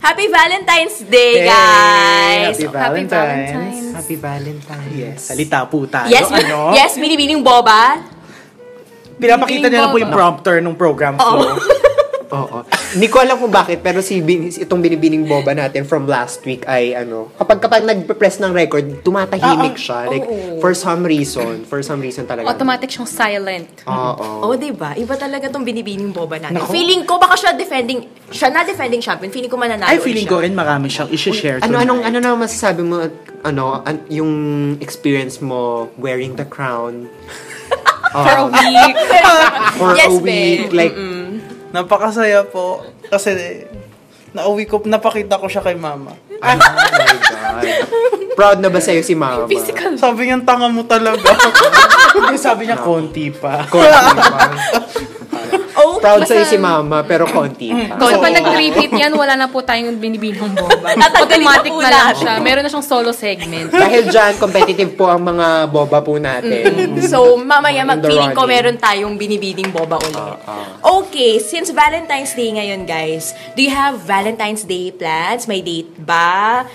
Happy Valentine's Day, Hey, guys! Happy Oh, Valentine's. Happy Valentine's. Yes. Salita po tayo. Yes, ano? yes, binibining boba. Pinapakita niya na po yung Binibining prompter ng program ko. Oo. Oo. Hindi ko alam kung bakit, pero si bin, itong binibining boba natin from last week ay ano, kapag kapag nag-press ng record, Ah, ah. tumatahimik siya. Like, Oo. for some reason. For some reason talaga. Automatic siyang silent. Oo. Oh, di ba? Iba talaga tong binibining boba natin. Nako. Feeling ko baka siya defending, siya na defending champion. Feeling ko mananalo Ay, feeling siya. ko rin marami siyang isi-share Ano, tonight. anong, ano na masasabi mo, at, ano, an- yung experience mo wearing the crown? Um, For a week. For Yes, a week. babe. Like, Napakasaya po. Kasi nauwi ko, napakita ko siya kay mama. oh my God. Proud na ba sa'yo si mama? Physical. Sabi niya, tanga mo talaga. Sabi niya, konti pa. Konti pa. Oh, Proud basta- sa'yo si mama, pero konti pa. So, pag nag-repeat yan, wala na po tayong binibinong boba. Tatanggalin na Automatic po na lang lahat. siya. Meron na siyang solo segment. Dahil dyan, competitive po ang mga boba po natin. So, mamaya In the mag-feeling ko meron running. tayong binibining boba ulit. Ah, Okay, since Valentine's Day ngayon, guys, do you have Valentine's Day plans? May date ba?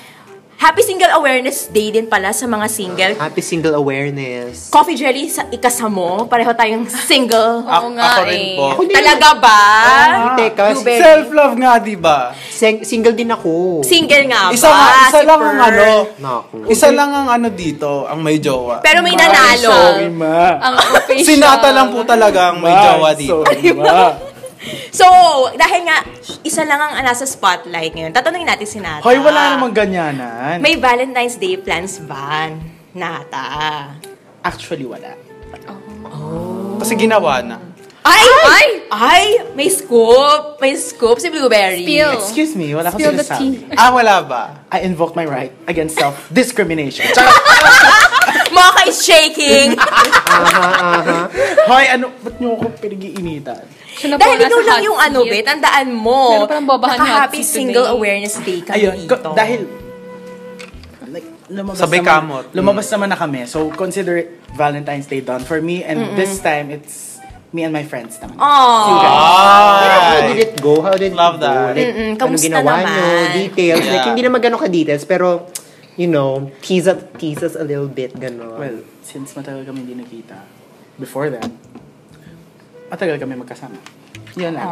Happy Single Awareness Day din pala sa mga single. Happy Mm-hmm. single awareness. Coffee Jelly, sa ikasamo. Pareho tayong single. Oo nga ako rin eh. po. Ako din. Talaga ba? Ah, Teka, Blueberry. Self-love nga, di ba? sing- single din ako. Single nga ba? Isa, nga, isa Ah, si lang ang Pearl? ano. Naku. Isa lang ang ano dito, ang may jowa. Pero may nanalo. Sorry, ma. Ang official. Sinata lang po talaga ang may Ma, jowa dito. Sorry, ma. So, dahil nga, isa lang ang nasa spotlight ngayon. Tatanungin natin si Nata. Hoy, wala namang ganyanan. May Valentine's Day plans ba, Nata? Actually, wala. Kasi ginawa na. Ay! Ay! Ay! May scoop! May scoop si Blueberry. Spill. Excuse me, wala akong Spill the sinasabi. Ah, wala ba? I invoke my right against self-discrimination. Tsaka, Mocha is shaking! hoy, ano, ba't niyo ako pinag-iinitan? Siya na po dahil nasa ikaw lang hot yung ano, seat. bet. Tandaan mo. Meron palang bobahan na hot Naka-happy seat single today. awareness day kami Ayun, dito. ko- dahil like, lumabas Sabay naman, kamot. Mm. Lumabas naman na kami. So, consider it Valentine's Day done for me. And this time, it's me and my friends naman. Oh. Aww. How did Ay! it go? How did it Love go? that. Like, Mm-mm, anong kamusta ginawa naman? nyo? Details. Like, Yeah. hindi naman gano'n ka-details, pero, you know, tease, us- tease us a little bit, gano'n. Well, since matagal kami hindi nakita, before that, matagal kami magkasama. Yun Oh. lang.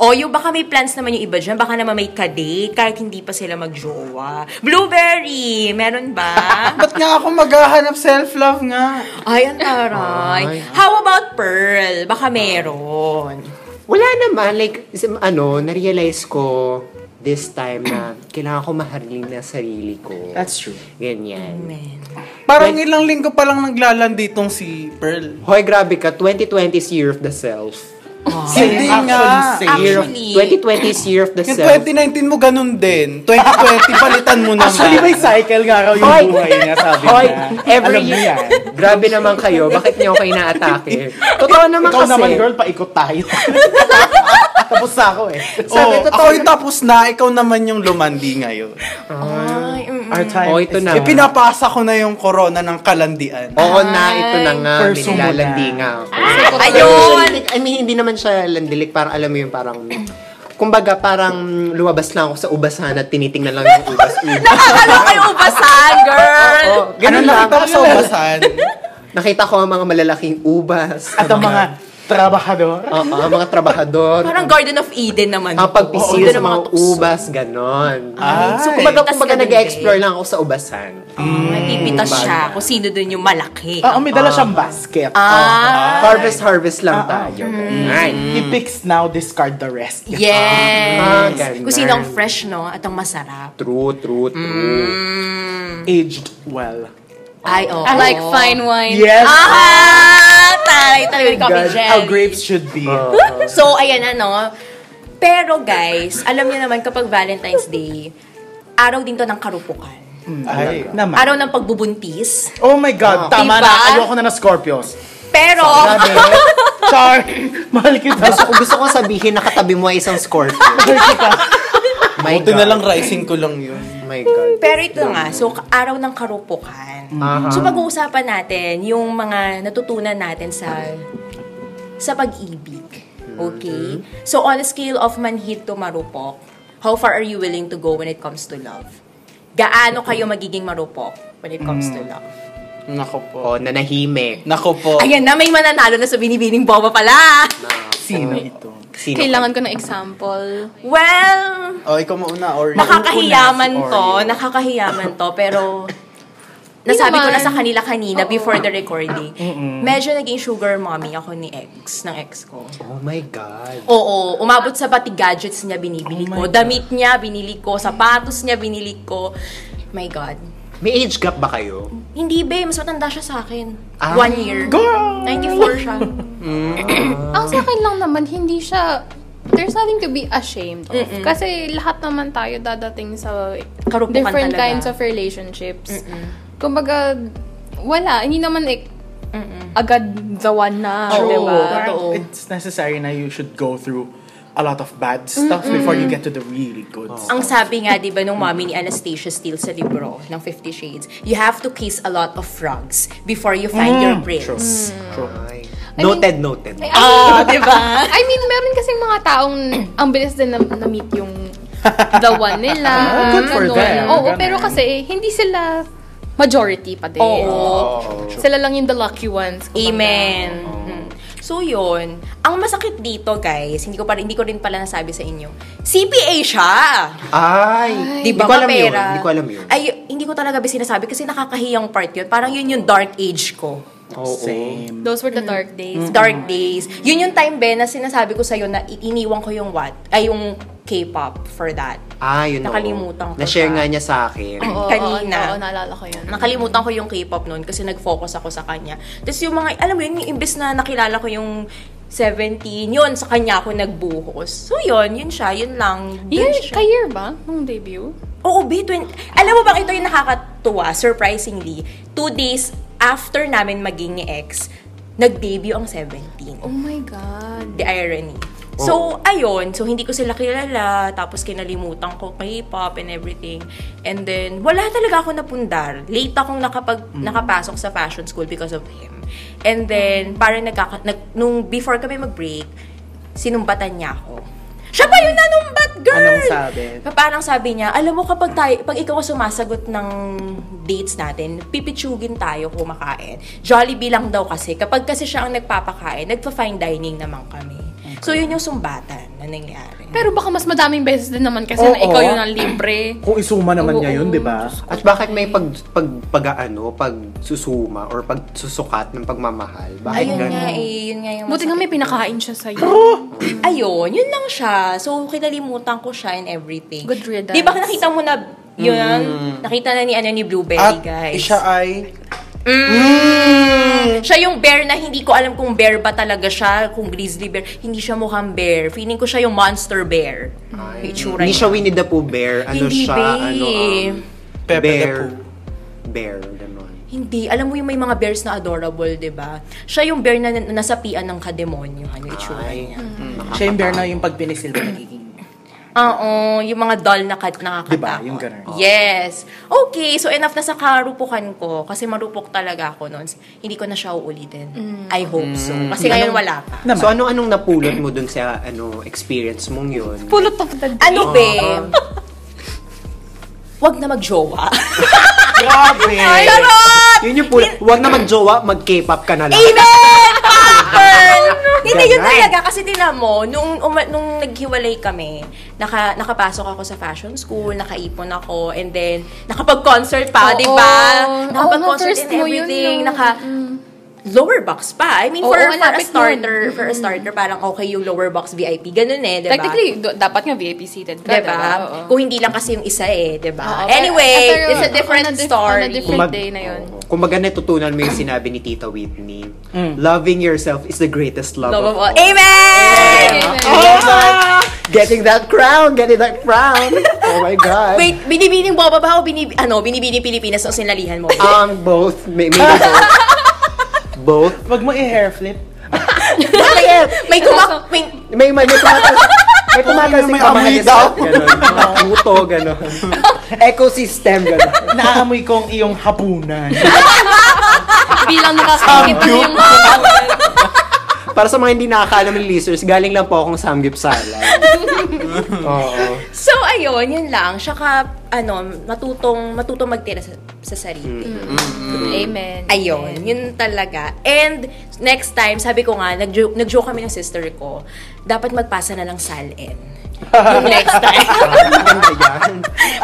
O yung baka may plans naman yung iba dyan, baka naman may kadate kahit hindi pa sila magjowa. Blueberry, meron ba? Ba't nga ako maghahanap self-love nga? Ay, ang taray. Ay. How about Pearl? Baka meron. Wala naman. Like, sim- ano, narealize ko this time na kailangan ko mahalin na sarili ko. That's true. Ganyan. Amen. Parang ilang linggo pa lang naglalanditong si Pearl. Hoy, grabe ka. 2020 is year of the self. Hindi nga. Actually, Year same. of, Actually- 2020 is year of the Yung self. 2019 mo ganun din. 2020, palitan mo naman. Actually, may cycle nga raw yung Hoy! buhay niya, sabi Hoy, niya. every Alam niyo year. yan. Grabe naman kayo. Bakit niyo ako inaatake? Totoo naman Ikaw kasi. naman, girl, paikot tayo. Tapos na ako eh. Oo, Sabi, totoo ako yung tapos na, ikaw naman yung lumandi ngayon. Ay, mm. Our time Oh, ito is- na. Eh, pinapasa ko na yung corona ng kalandian. Oo na, ito na nga. Ay, May nilalandi personal. nga ako. Ayun! Like, I mean, hindi naman siya landilik. Parang alam mo yung parang... Kumbaga, parang lumabas lang ako sa ubasan at tinitingnan lang yung ubas-ubas. Nakakalo kayo ubasan, girl! Oh, Oo, ano Oh, ganun lang. nakita ko sa ubasan? Nakita ko ang mga malalaking ubas. At ang mga trabahador. Oo, ang mga trabahador. Parang Garden of Eden naman. ang Oo, pagpisil doon sa ang mga tukso. ubas, ganon. Ay. So, kumbaga, Tas kumbaga ganun eh. nag-explore lang ako sa ubasan. Ay, Pipitas siya kung sino dun yung malaki. Oo, Ah, may dala siyang basket. Ah, Mm. Harvest-harvest lang tayo. Ay. He picks now, discard the rest. Ah, yes! ganun. Kung sino ang fresh, no? At ang masarap. True, true, true. Mm. Aged well. Ay, oo. I like fine Oh. wine. Yes! Ah! Taray, taray, yung coffee God, jelly. how grapes should be. So, ayan ano. Pero guys, alam niyo naman kapag Valentine's Day, araw din to ng karupukan. Ay. Hmm, Naman. Araw ng pagbubuntis. Oh my God, Diba? tama na. Ayoko na na Scorpios. Pero, Grabe. Char, mahal kita. Gusto, gusto ko sabihin, nakatabi mo ay isang Scorpio. my Buti na lang rising ko lang yun. My God. pero ito nga, so araw ng karupukan. Aha. So pag-uusapan natin yung mga natutunan natin sa sa pag-ibig. Okay? So, on a scale of manhid to marupok, how far are you willing to go when it comes to love? Gaano kayo magiging marupok when it comes to love? Nako po. O, Oh, nanahimik. Nako po. Ayan na, may mananalo na sa binibining boba pala! Sino ito? Sino Kailangan ko ng example. Well, O, Oh, ikaw mauna. Or nakakahiyaman Or- to, nakakahiyaman to, pero nasabi ko na naman. sa kanila kanina before the recording, medyo naging sugar mommy ako ni ex, ng ex ko. Oh my God. Oo, umabot sa pati gadgets niya binibili ko. Damit niya binili ko, sapatos niya binili ko. My God. May age gap ba kayo? Hindi, babe. Mas matanda siya sa akin. Ah. One year. Girl! 94 siya. Ang sa akin lang naman, hindi siya, there's nothing to be ashamed of. Kasi lahat naman tayo dadating sa Karupukan different talaga. kinds of relationships. Kumbaga, wala. Hindi naman eh, agad the one na, diba? Oo. di Correct. ba? Oh, diba? Totoo. It's necessary na you should go through a lot of Mm, bad stuff before you get to the really good stuff. Ang sabi nga, di ba, nung mami ni Anastasia Steele sa libro ng Fifty Shades, you have to kiss a lot of frogs before you find Mm, your prince. True. Ay. I Noted, noted. Ay, Ah, di ba? I mean, meron kasing mga taong ang bilis din na, na-meet yung the one nila. Ah, good for ganun. them. Oo, Ganun. pero kasi eh, hindi sila majority pa din. Oo. Sila lang yung the lucky ones. kumbaga. Amen. Oh. Mhm. So yun, ang masakit dito guys, hindi ko pa hindi ko rin pala nasabi sa inyo. CPA siya. Ay. Di ba Hindi ko alam yun. mapera? Hindi ko alam yun. Ay, hindi ko talaga ba sinasabi kasi nakakahiyang part yun. Parang yun yung dark age ko. Oh, Oo. Same. Those were the dark days. Mm. Dark days. Yun yung time, Ben, na sinasabi ko sa'yo na i- iniwan ko yung what? Ay, yung K-pop for that. Ah, yun oo. Nakalimutan ko Na-share pa. nga niya sa akin. Oo, Kanina. Oo, oo, naalala ko yun. Nakalimutan ko yung K-pop noon kasi nag-focus ako sa kanya. Tapos yung mga, alam mo yun, yung imbes na nakilala ko yung 17, yun, sa kanya ako nagbuhos. So yun, yun siya, yun lang. Dun Year, siya. ka-year ba? Nung debut? Oo, B20. Alam mo bang ito yung nakakatuwa, surprisingly, two days after namin maging ni ex, nag-debut ang 17. Oh my God. The irony. Oh. So, ayun. So, hindi ko sila kilala. Tapos, kinalimutan ko K-pop and everything. And then, wala talaga ako napundar. Late akong nakapag, Mm. nakapasok sa fashion school because of him. And Mm. then, parang nagkaka... Nag, nung before kami mag-break, sinumbatan niya ako. Siya pa yung nanumbat, girl! Anong sabi? Pa- Parang sabi niya, alam mo kapag tayo, pag ikaw ang sumasagot ng dates natin, pipitsugin tayo kumakain. Jollibee lang daw kasi. Kapag kasi siya ang nagpapakain, nagpa-fine dining naman kami. So, yun yung sumbatan na nangyari. Pero baka mas madaming beses din naman kasi Oo. na ikaw yun ang libre. Kung isuma naman niya yun, diba? di Oo, ba? Diyos At bakit may pag, pag, pag, ano, pag susuma or pag susukat ng pagmamahal? Ayun Bakit nga ganun? eh, yun nga yung Buti nga masakit. may pinakain siya sa'yo. Ayun, yun lang siya. So, kinalimutan ko siya and everything. Good riddance. Di ba nakita mo na yun? Nakita na ni, ano, ni Blueberry, At guys. siya ay... Siya yung bear na hindi ko alam kung bear ba talaga siya, kung grizzly bear. Hindi siya mukhang bear. Feeling ko siya yung monster bear. Yung itsura Hindi niya. siya Winnie the Pooh bear. Ano Hindi, siya? babe. Ano, um, Pepe the bear. Pooh. Bear, ganun. Hindi. Alam mo yung may mga bears na adorable, di ba? Siya yung bear na na- nasapian ng kademonyo. Ano yung itsura Ay. niya? Siya yung bear na yung pag pinisil mo nagiging Oo, yung mga doll na kat nakakatakot. Diba? Yung ganun. Yes. Okay, so enough na sa karupukan ko. Kasi marupok talaga ako noon. Hindi ko na siya uulitin. I hope so. Mm. Kasi ngayon wala pa. Naman. So, anong-anong napulot mo dun sa ano experience mong yun? Pulot of the day. Ah. Ano, babe? Wag na magjowa. Grabe! Charot! Yun yung pulot. Huwag na mag-jowa, mag-K-pop ka na lang. Amen! Oh, Popcorn! Hindi, yun Ganon. talaga. Kasi tinan mo, nung, uma- nung naghiwalay kami, naka, nakapasok ako sa fashion school, nakaipon ako, and then, nakapag-concert pa, Oo. di ba? Oo, Nakapag-concert na-first and mo yun, everything. no? Mm. naka, lower box pa. I mean, Oo, for, for ang a lapit nun. starter, for a starter, parang okay yung lower box VIP. Ganun eh, di ba? Technically, do- dapat nga VIP seated ka, Diba? diba? Oo. Kung hindi lang kasi yung isa eh, diba? Oo, pero- eh, anyway, pero it's a different on a dif- story. On a different day na yun. Oo. Kumbaga natutunan mo yung sinabi ni Tita Whitney. Mm. Loving yourself is the greatest love, Love of of all. all. Amen! Oh my! Getting that crown! Getting that crown! Oh my God! Wait, binibining boba ba o binib ano, binibining Pilipinas o sinalihan mo? Um, both. May, maybe both. both. Wag mo i-hair flip. may kumak may May may may tumatas. May tumatas May yung kamay amoy daw. daw. Ganun. Mga Puto, gano'n. Ecosystem, gano'n. Naamoy kong iyong hapunan. Bilang nakakakita mo yung mga Para sa mga hindi nakakaalam ng listeners, galing lang po akong samgipsala. Oo. So, ayun, yun lang. Saka, ano, matutong, matutong magtira sa, sa sarili. Mm. Amen. Ayun, yun talaga. And, next time, sabi ko nga, nag-jo- nag-joke kami ng sister ko, dapat magpasa na lang SALN. Yung next time.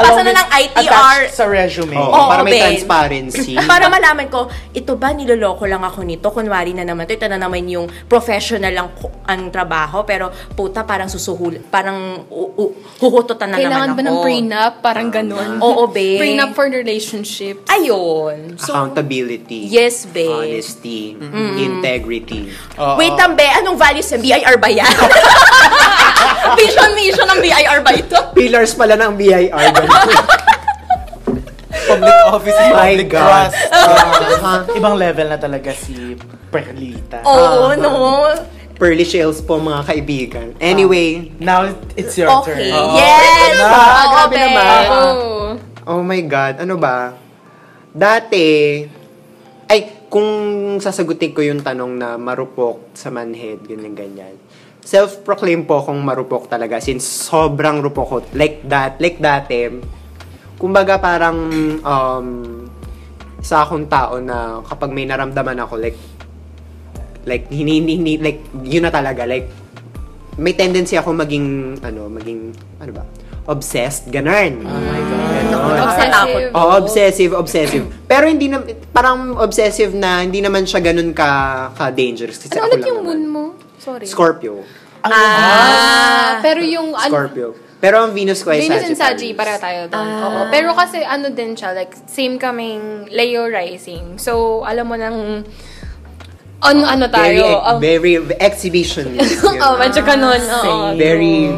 Pasa na lang ITR. Attached sa resume. Oo, Oo, para may Ben. transparency. Para malaman ko, ito ba niloloko lang ako nito? Kunwari na naman to, ito na naman yung professional lang ko- ang trabaho, pero puta parang susuhul, parang u- u- huhututan na Kailangan naman ako. ba ng prenup? Parang ganun. Oo, be. Prenup for relationships. Ayun. So, Accountability. Yes, babe. Honesty. Integrity. wait lang be, anong values ng BIR ba yan? Vision, mission ng BIR ba ito? Pillars pala ng BIR. ganun. Public office and My public God. trust. Ah, Ibang level na talaga si Perlita. Oh. Oo, no? Pearly shells po mga kaibigan. Anyway, Now, it's your Okay. turn. Yes! Ah, Oo, grabe naman. be. Oh. oh my God, ano ba? Dati, ay, kung sasagutin ko yung tanong na marupok sa manhead, ganyan-ganyan. Self-proclaim po akong marupok talaga since sobrang rupok ko. Like that, like dati. Kumbaga parang um, isa akong tao na kapag may naramdaman ako, like, like, hini, hini- hini- like, yun na talaga, like, may tendency ako maging, ano, maging, ano ba, obsessed, ganun. Oh my God. Nagsatakot. Obsessive. Oo, obsessive, obsessive. Pero hindi na, parang obsessive na hindi naman siya ganun ka, ka dangerous. Kasi Ano ako ulit lang yung naman. moon mo? Sorry. Scorpio. Ah, pero yung... ano- Scorpio. Pero ang Venus ko ay Venus and Sagittarius. Sagittarius, pareho tayo doon. Ah. Oo. Pero kasi ano din siya, like, same kaming Leo rising. So, alam mo nang, ano, ano Very, tayo. ex- very exhibitionist. yun. oh, medyo ganun. Oo. very,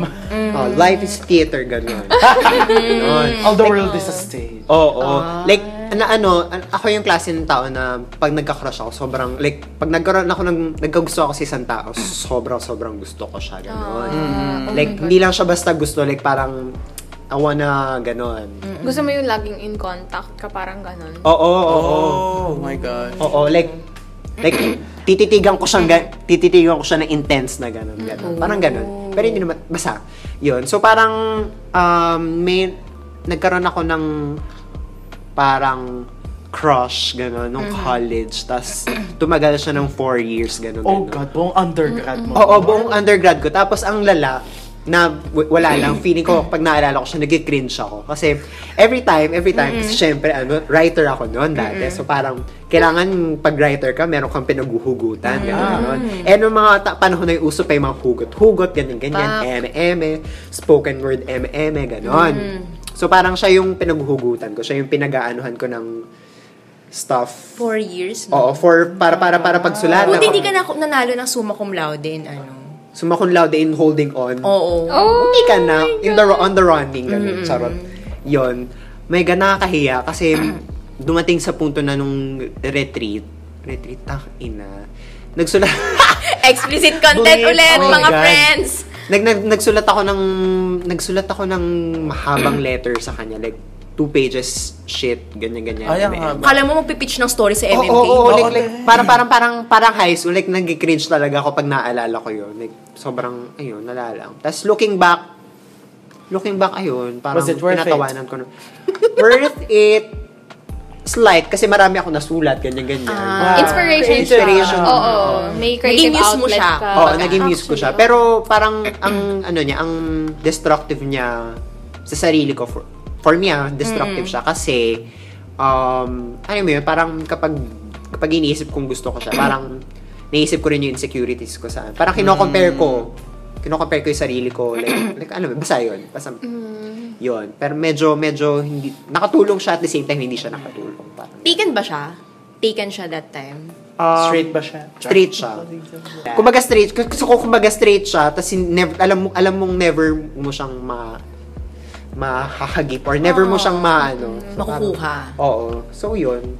oh, life is theater, ganun. Mm-hmm. Ganun. All the world is a stage. Oo. Ah. Like, na ano, an- ako yung klase ng tao na pag nagka-crush ako, sobrang, like, pag nagkaroon ako ng, nagkagusto ako sa isang tao, sobrang, sobrang gusto ko siya, gano'n. Ah. Mm. like, hindi lang siya basta gusto, like, parang, I wanna, gano'n. Gusto mo yung laging in contact ka, parang ganun. Oo, oo, oo. Oh my God. Oo, like, like, tititigan ko siyang, ga- tititigan ko siya ng intense na gano'n, gano'n. Parang gano'n. Pero hindi naman, basta, yun. So, parang, um, may, nagkaroon ako ng, parang, crush, gano'n, nung college. Tapos, tumagal siya ng four years, gano'n. Oh gano'n. God, buong undergrad mo. Oo, buong undergrad ko. Tapos ang lala, na w- wala lang, feeling ko, pag naalala ko siya, nag-cringe ako. Kasi every time, every time, kasi syempre, ano, writer ako noon dati. So parang, kailangan pag writer ka, meron kang pinaghuhugutan, gano'n, gano'n. Eh, nung mga ta- panahon na yung uso pa yung mga hugot-hugot, ganyan, ganyan, eme-eme, spoken word eme-eme, gano'n. So parang siya yung pinaghuhugutan ko, siya yung pinagaanuhan ko ng stuff. Four years, no? Oo, for, para, para, para pagsulat. Buti hindi ka na, nanalo ng summa cum laude in ano. Sumakon laude in holding on. Oo. Oh, Hindi ka na, in the, on the running, ganun, charot. Yun. May gana nakakahiya kasi dumating sa punto na nung retreat, retreat, tang ina, nagsulat, Explicit content Bulit. ulit, Oh my mga God. friends. nag, nag, nagsulat ako ng, nagsulat ako ng mahabang letter sa kanya, like, two pages, shit, ganyan-ganyan. Ay, ang may- haba. Kala mo magpipitch ng story sa Oo, MMK. oo, oo, like, Oo, like, parang, parang, parang, parang high school, like, nag-cringe talaga ako pag naaalala ko yun. Like, sobrang, ayun, nalalang. Tapos, looking back, looking back, ayun, parang Was it worth pinatawanan ko. Na, worth it, slight, kasi marami ako nasulat, ganyan-ganyan. Ah, inspiration, Inspiration. siya. Oo, may Naging creative muse mo outlet siya. ka. Oo, Baga- naging muse ko siya. Pero, parang, ang, ano niya, ang destructive niya sa sarili ko, for, for me, ah, destructive siya. Kasi, um, ano mo yun, parang kapag, kapag iniisip kong gusto ko siya, parang, naisip ko rin yung insecurities ko sa, parang kinocompare ko, kinocompare ko yung sarili ko, like, like ano, basta yun, basta, yun. Pero medyo, medyo, hindi, nakatulong siya at the same time, hindi siya nakatulong. Parang, Taken ba siya? Taken siya that time. Um, Straight ba siya? Straight siya. Kumbaga straight, gusto ko kumbaga straight siya, tapos never, alam mo, alam mong never mo siyang ma mahahagip or never mo siyang maano. Mm-hmm. Makukuha. Parang- Oo. So, yun.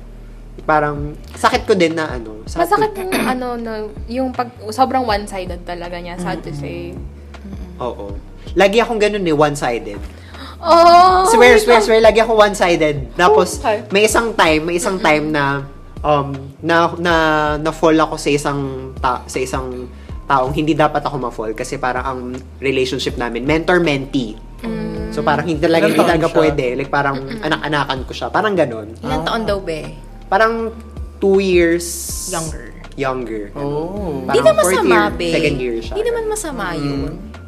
Parang, sakit ko din na ano. Sakit Masakit ko- yung, ano, no, yung pag, sobrang one-sided talaga niya, sad to say. Oo. Lagi akong ganun eh, one-sided. Oh! swear, swear, swear, lagi ako one-sided. Tapos, Okay. may isang time, may isang time na, um, na, na, na fall ako sa isang, ta- sa isang taong hindi dapat ako ma-fall kasi parang ang relationship namin, mentor-mentee. So parang hindi talaga, Ilang hindi taon talaga siya? pwede. Like parang anak-anakan ko siya. Parang ganun. Ilan taon daw, be? Parang two years... Younger. Younger. Oh. Di Parang naman fourth masama, year, be. Second year siya. Mm. Di naman masama yun.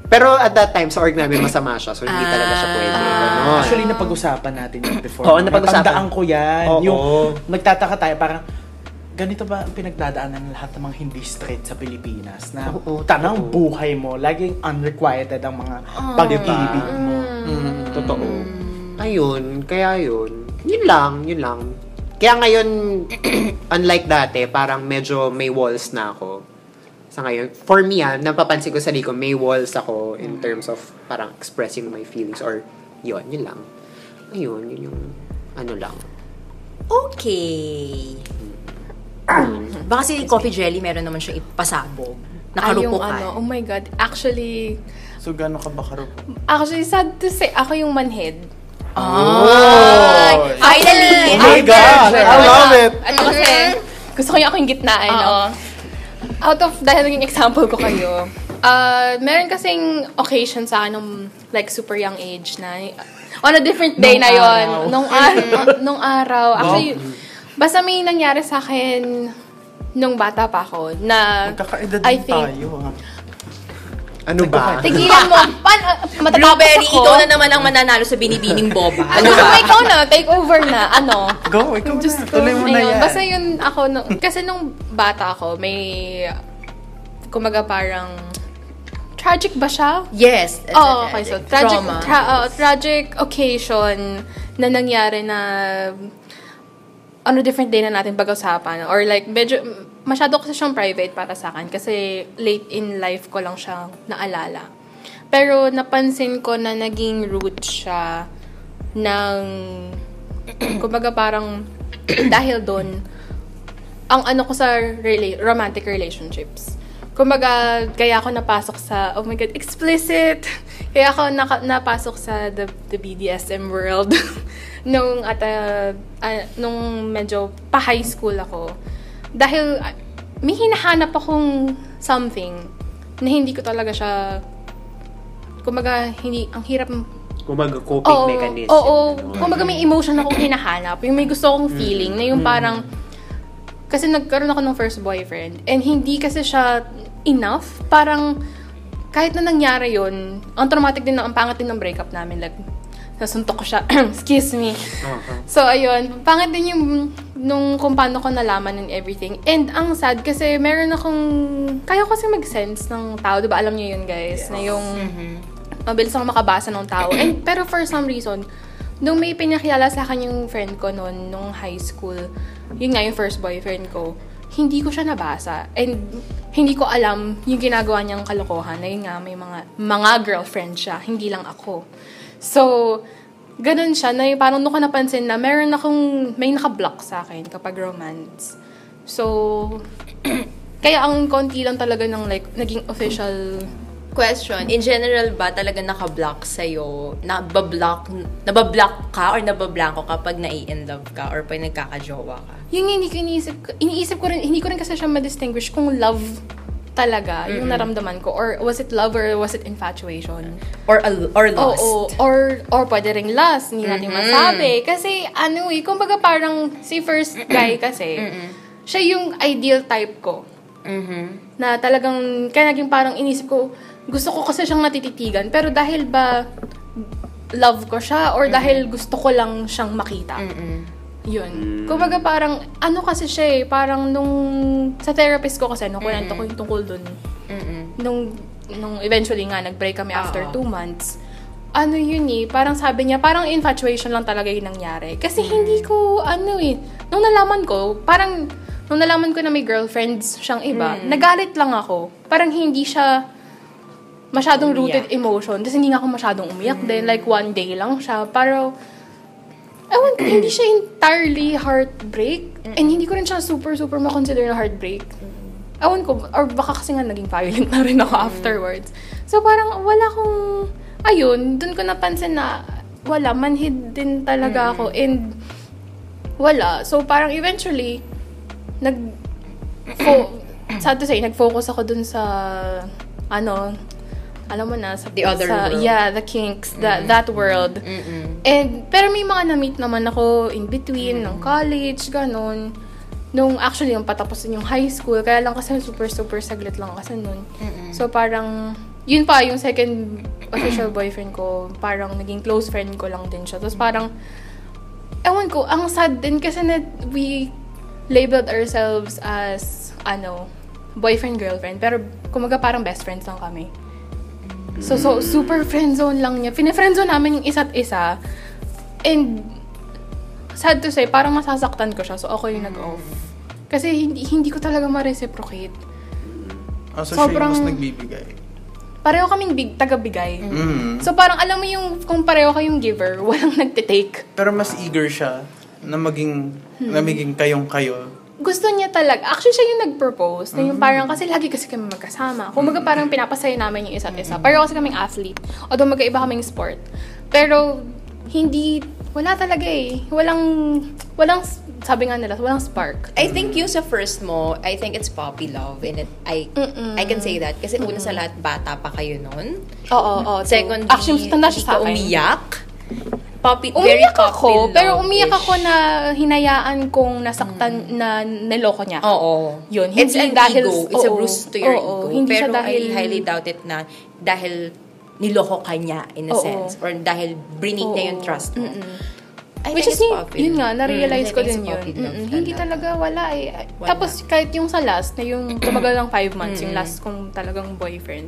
Pero at that time, sa org namin, masama siya. So hindi talaga siya pwede. Ganun. Actually, napag-usapan natin yan before. Ah. Oo, napag-usapan. Tandaan ko yan. Oo. Yung nagtataka tayo, parang, ganito ba ang pinagdadaanan ng lahat ng mga hindi straight sa Pilipinas? Na Oo, tanang oo. buhay mo, laging unrequited ang mga pag-ibig mo. Mm. Totoo. Hmm. Ayun, kaya yun. Yun lang, yun lang. Kaya ngayon, unlike dati, parang medyo may walls na ako. Sa ngayon, for me ah, napapansin ko sa ko, may walls ako in terms of parang expressing my feelings or yun, yun lang. Ayun, yun yung ano lang. Okay. Mm. Baka si Coffee Jelly meron naman siyang ipasabog. Ay, yung Nakalupukan. ano, oh my God. Actually, So, gano'n ka ba karupok? actually, sad to say, ako yung manhid. Ay, finally! Oh my God! I love it! Ano kasi, gusto ko yung ako yung gitnaan, no? Out of, dahil naging example ko kayo, uh, meron kasing occasion sa akin nung, like, super young age na, on a different day na yon Nung, ar- nung araw. Actually, basta may nangyari sa akin nung bata pa ako na Kakaedad I din think tayo, ha? Ano ba? Tigilan mo. Pan, uh, matatapos Blueberry, ako. ikaw na naman ang mananalo sa binibining boba. Ano ba? Ikaw na. Take over na. Ano? Go, ikaw Just na. Tuloy mo na yan. Ah, Basta yun ako. nung- kasi nung bata ako, may... Kumaga parang... Tragic ba siya? Yes. it's a Oo, Oh, okay. So, tragic, Trauma. tra- oo, tragic occasion na nangyari na ano different day na natin pag-usapan or like medyo masyado kasi siyang private para sa akin kasi late in life ko lang siya naalala. Pero napansin ko na naging root siya ng kumbaga parang dahil doon ang ano ko sa rela- romantic relationships. Kumbaga, kaya ako napasok sa, oh my God, explicit! Kaya ako naka- napasok sa the, the BDSM world nung, at, uh, ah, nung medyo pa-high school ako. Dahil ah, may hinahanap akong something na hindi ko talaga siya, kumbaga, hindi, ang hirap Kumbaga coping Oo, mechanism. Oo, oh, Ano? kumbaga may emotion akong hinahanap. Yung may gusto akong feeling na Mm. yung parang... Kasi nagkaroon ako ng first boyfriend and hindi kasi siya enough. Parang kahit na nangyari yun, ang traumatic din, ang pangit din ng breakup namin. Like, nasuntok ko siya. Excuse me. Uh-huh. So, ayun. Pangit din yung nung kung paano ko nalaman and everything. And ang sad kasi meron akong... Kaya ko kasi mag-sense ng tao. Diba alam niyo yun, guys? Na yung Mm-hmm. mabilis akong makabasa ng tao. And, pero for some reason, nung may pinakilala sa akin yung friend ko noon, nung high school, yun nga yung first boyfriend ko, hindi ko siya nabasa. And hindi ko alam yung ginagawa niyang kalokohan. Na yun nga, may mga, mga girlfriend siya, hindi lang ako. So, ganun siya. Na yung parang nung ko napansin na meron akong, may nakablock sa akin kapag romance. So, kaya ang konti lang talaga ng like, naging official Question, in general ba talaga nakablock sa'yo, nabablock, nabablock ka or nabablanko kapag nai-in love ka or pag nagkakajowa ka? Yun yung hindi ko iniisip, ko- iniisip ko rin, hindi ko rin kasi siya ma-distinguish kung love talaga yung naramdaman ko or was it love or was it infatuation Or, al- or lost? oo or or pwede ring lust hindi natin masabi kasi ano eh kumbaga parang si first guy kasi siya yung ideal type ko Mm-hmm, na talagang kaya naging parang inisip ko gusto ko kasi siyang natititigan pero dahil ba love ko siya or dahil gusto ko lang siyang makita yun. Kumbaga parang, ano kasi siya eh, parang nung, sa therapist ko kasi, nung kwento ko yung tungkol dun, nung, nung eventually nga, nag-break kami Ah, after Oo. two months, ano yun eh, parang sabi niya, parang infatuation lang talaga yung nangyari. Kasi Mm. hindi ko, ano eh, nung nalaman ko, parang, nung nalaman ko na may girlfriends siyang iba, Mm. nagalit lang ako. Parang hindi siya, masyadong Umiyak. rooted Mm. emotion. Tapos hindi nga ako masyadong umiyak din. Like, one day lang siya. Pero, ewan ko, hindi siya entirely heartbreak. And hindi ko rin siya super, super makonsider na heartbreak. Ewan ko, or baka kasi nga naging violent na rin ako afterwards. So, parang wala akong, ayun, dun ko napansin na wala, manhid din talaga ako. And, wala. So, parang eventually, nag, fo- sad to say, nag-focus ako dun sa, ano, alam mo na, sa, The other sa- world. Yeah, the kinks, that, that world. And, pero may mga na-meet naman ako in between, ng college, ganun. Nung actually, yung patapusin yung high school, kaya lang kasi super, super saglit lang kasi nun. So, parang, yun pa, yung second official boyfriend ko, parang naging close friend ko lang din siya. Tapos parang, ewan ko, ang sad din kasi na we labeled ourselves as, ano, boyfriend-girlfriend. Pero, kumaga parang best friends lang kami. So, so super friend zone lang niya. Pine-friend zone namin yung isa't isa. And, sad to say, parang masasaktan ko siya. So, ako yung nag-off. Kasi hindi, hindi ko talaga ma-reciprocate. Ah, so Sobrang- siya yung mas nagbibigay. Pareho kaming big, taga-bigay. Mm. So, parang alam mo yung kung pareho kayong giver, walang nagte-take. Pero mas eager siya na maging, na maging kayong kayo. gusto niya talaga. Actually, siya yung nag-propose. Na yung parang, kasi lagi kasi kami magkasama. Kung parang pinapasaya namin yung isa't isa. Pareho kasi kaming athlete. Although magkaiba kaming sport. Pero, hindi, wala talaga eh. Walang, walang, sabi nga nila, walang spark. I think yung sa first mo, I think it's puppy love. And it, I I can say that. Kasi una sa lahat, bata pa kayo nun. Oo, oo. oo. Secondly, Actually, tanda siya hindi sa ka akin. umiyak. Puppy, very Umiyak puppy ako, pero love-ish. umiyak ako na hinayaan kong nasaktan na niloko niya. ako. Oo. Yun, It's an hindi dahil- ego. It's a oo, bruise to your ego. oo, hindi siya pero dahil- I highly doubt it na dahil niloko ka niya in a Oo. sense. Or dahil brinig niya yung Oo. trust mo. I Which think is, it's yun, puppy yun nga, love. na-realize Mm, ko I think din it's Ano? yun. puppy love Mm-mm, hindi talaga, wala eh. Wala. Mm. Tapos, kahit yung sa last, na yung tumagal ng five months, yung last kong talagang boyfriend,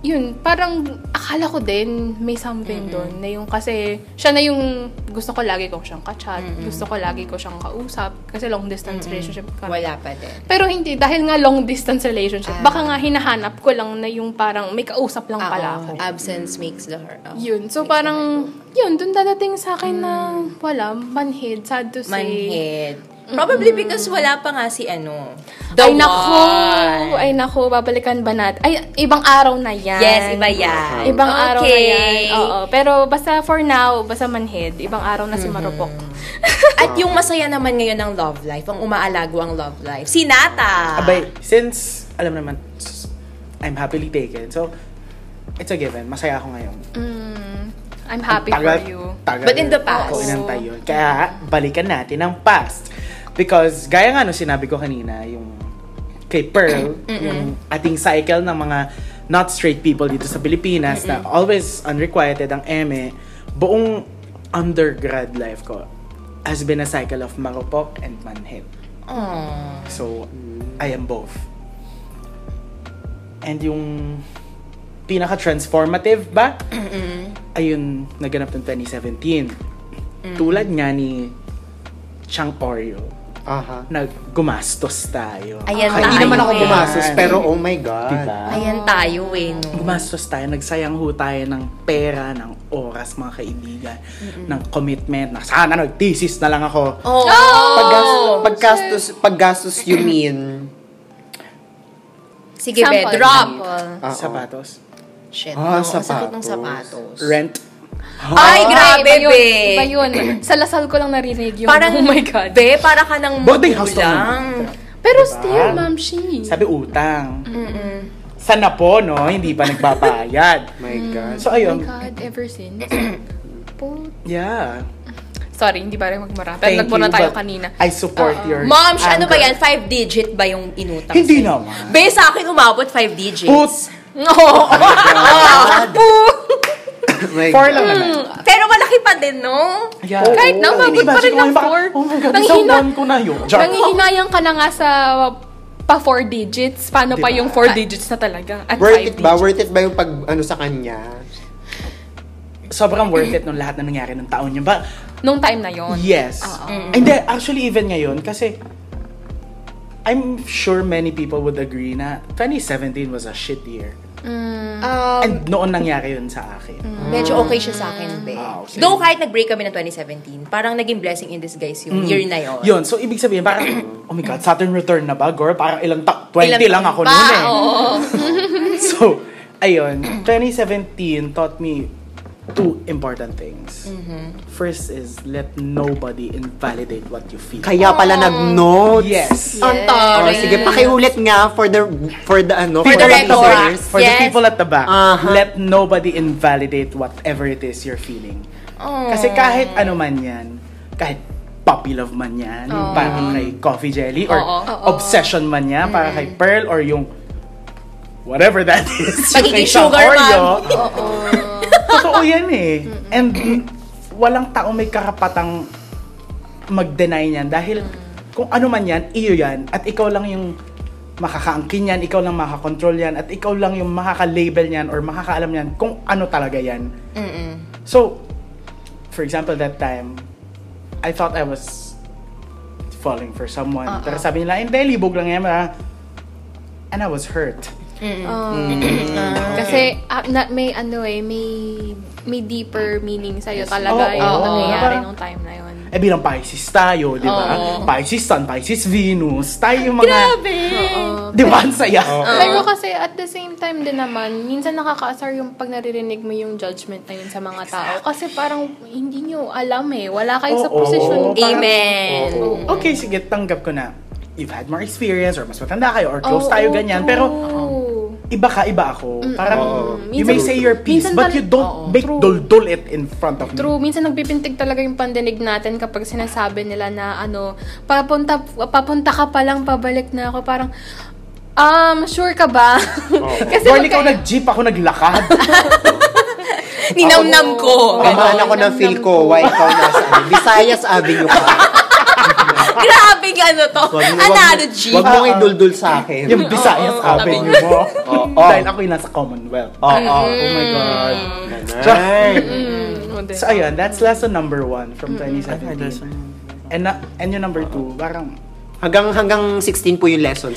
yun, parang akala ko din may something doon na yung kasi siya na yung gusto ko lagi ko siyang kachat, gusto ko lagi ko siyang kausap kasi long distance relationship kami. Wala pa din. Pero hindi, dahil nga long distance relationship, Ah. baka nga hinahanap ko lang na yung parang may kausap lang Ah, pala ako. oo. Absence makes the heart. oo. Yun. So, parang, yun, dun dadating sa akin na, wala, manhid, sad to say. Manhead. Probably because wala pa nga si ano. The Ay, nako! one. Ay, nako, babalikan ba natin? Ay, ibang araw na yan. Yes, iba yan. Ibang araw na yan. Okay. Oo. Pero, basta for now, basta manhid. Ibang araw na si Mm-hmm. Marupok. At yung masaya naman ngayon ng love life, ang umaalago ang love life, si Nata. Abay, since, alam naman, I'm happily taken. So, it's a given. Masaya ako ngayon. Mm, I'm happy Tagal- for you. tagal But in the past. Ko inantay yun. Kaya, balikan natin ang past. Because, gaya nga no, sinabi ko kanina, yung kay Pearl, yung ating cycle ng mga not straight people dito sa Pilipinas na always unrequited ang eme, buong undergrad life ko has been a cycle of marupok and manhid. So, I am both. And yung pinaka-transformative ba? Ayun, naganap ng 2017. Mm. Tulad nga ni Chang Oreo, Aha. naggumastos tayo. Ayan Ay, tayo. Ah, hindi naman ako eh. gumastos, pero oh my God. Diba? Ayan tayo eh. No? Gumastos tayo, nagsayang ho tayo ng pera, ng oras, mga kaibigan, ng commitment, na sana nag-thesis na lang ako. Oh, Paggastos, paggastos, paggastos you mean? Sige, Sample, be, drop. sample. Ah, Sapatos. Shit, no, Ah, ang sakit ng sapatos. sapatos. Rent. Ay, grabe, iba yun, be. Iba yun. Sa Lasal ko lang narinig yung, Parang, oh my God. Be, para ka ng Boarding house to magulang. Pero still, ma'am, she. Diba? Sabi utang. Sana po, no? Hindi pa nagbabayad. my God. so, Oh my ayun. God, ever since. Po- Yeah. Sorry, hindi ba rin magmara. Thank Pero nagpuna you, tayo but kanina. I support your Mom, sh- ano ba anger. yan? Five digit ba yung inutang? Hindi sa'yo? naman. Be, sa akin umabot five digits. Put! my Four God. lang naman. Pero malaki pa din, no? Yeah. Kahit na, mabot pa rin ng four. Oh my God, isang Nanghina- buwan ko na yun. Joke. Nangihinayang ka na nga sa pa four digits. Paano pa Diba? yung four digits na talaga? At Worth five it ba? digits. Worth it ba yung pag, ano, sa kanya? Sobrang worth it nung lahat na nangyari ng taon yun. But, Nung time na yon. yes. Hindi, actually, even ngayon, kasi, I'm sure many people would agree na 2017 was a shit year. Mm. Um, And noon nangyari yun sa akin. Medyo okay siya sa akin, be. Ah, okay. Though kahit nag-break kami ng 2017, parang naging blessing in disguise yung Mm. year na yun. Yun, so ibig sabihin, parang, oh my God, Saturn return na ba, girl? Parang ilang tak, 20 Ilang taon lang ako pa, noon eh. oo. So, ayun, 2017 taught me two important things. First is let nobody invalidate what you feel. Kaya pala Oh. nag-notes. yes. Ang Oh, taray. sige, pakiulit nga for the, for the, ano, For the at record. back, Yes. For the people at the back, Uh-huh. let nobody invalidate whatever it is you're feeling. Kasi kahit ano man yan, kahit puppy love man yan, yung parang kay Coffee Jelly, or Oo. obsession man yan, parang kay Pearl, or yung whatever that is. yung kay Pagiging Sam sugar Oreo. mom. Totoo yan eh. And walang tao may karapatang mag-deny niyan dahil kung ano man yan, iyo yan at ikaw lang yung makakaangkin yan, ikaw lang makakontrol yan at ikaw lang yung makaka-label niyan or makakaalam niyan kung ano talaga yan. So, for example, that time, I thought I was falling for someone. Uh-uh. Pero sabi nila, "Eh, hindi, libog lang yan. ah." And I was hurt. Ah. Mm-hmm. Kasi ah, na, may ano eh, may may deeper meaning sa'yo Oo, talaga yung oo. nangyayari Parang- nung time na yun. Eh bilang Pisces tayo, di ba? Pisces Sun, Pisces Venus, tayo yung mga... Di ba? Ang saya. Pero kasi at the same time din naman, minsan nakakaasar yung pag naririnig mo yung judgment na yun sa mga tao. Kasi parang hindi nyo alam eh. Wala kayo sa Oo. posisyon. Oo. Parang- Amen. Okay, sige, tanggap ko na. You've had more experience or mas matanda kayo or close Oo, tayo ganyan. true. Pero iba ka, iba ako. Parang you may Minsan- say your piece minsan but tal- you don't Oo. make True. dul-dul it in front of me. True, minsan nagpipintig talaga yung pandinig natin kapag sinasabi nila na ano, papunta, papunta ka pa lang, pabalik na ako. Parang, um, sure ka ba? Kasi Girl, magka- ikaw nag-jeep, ako naglakad. Ninamnam ko. Pamaan ako na feel ko, why ikaw nasa ano. Visayas Avenue ka. Grabe ano to. Wag mo- wag mo- Analogy. Wag mong iduldul sa akin. yung Visayas Avenue mo. Oo. Dahil ako yung nasa Commonwealth. Oo. Oh, Oh my God. Mm, So ayun, that's lesson number one from 2017. lesson. And, na, and yung number two, parang Hanggang, hanggang 16 po yung lessons.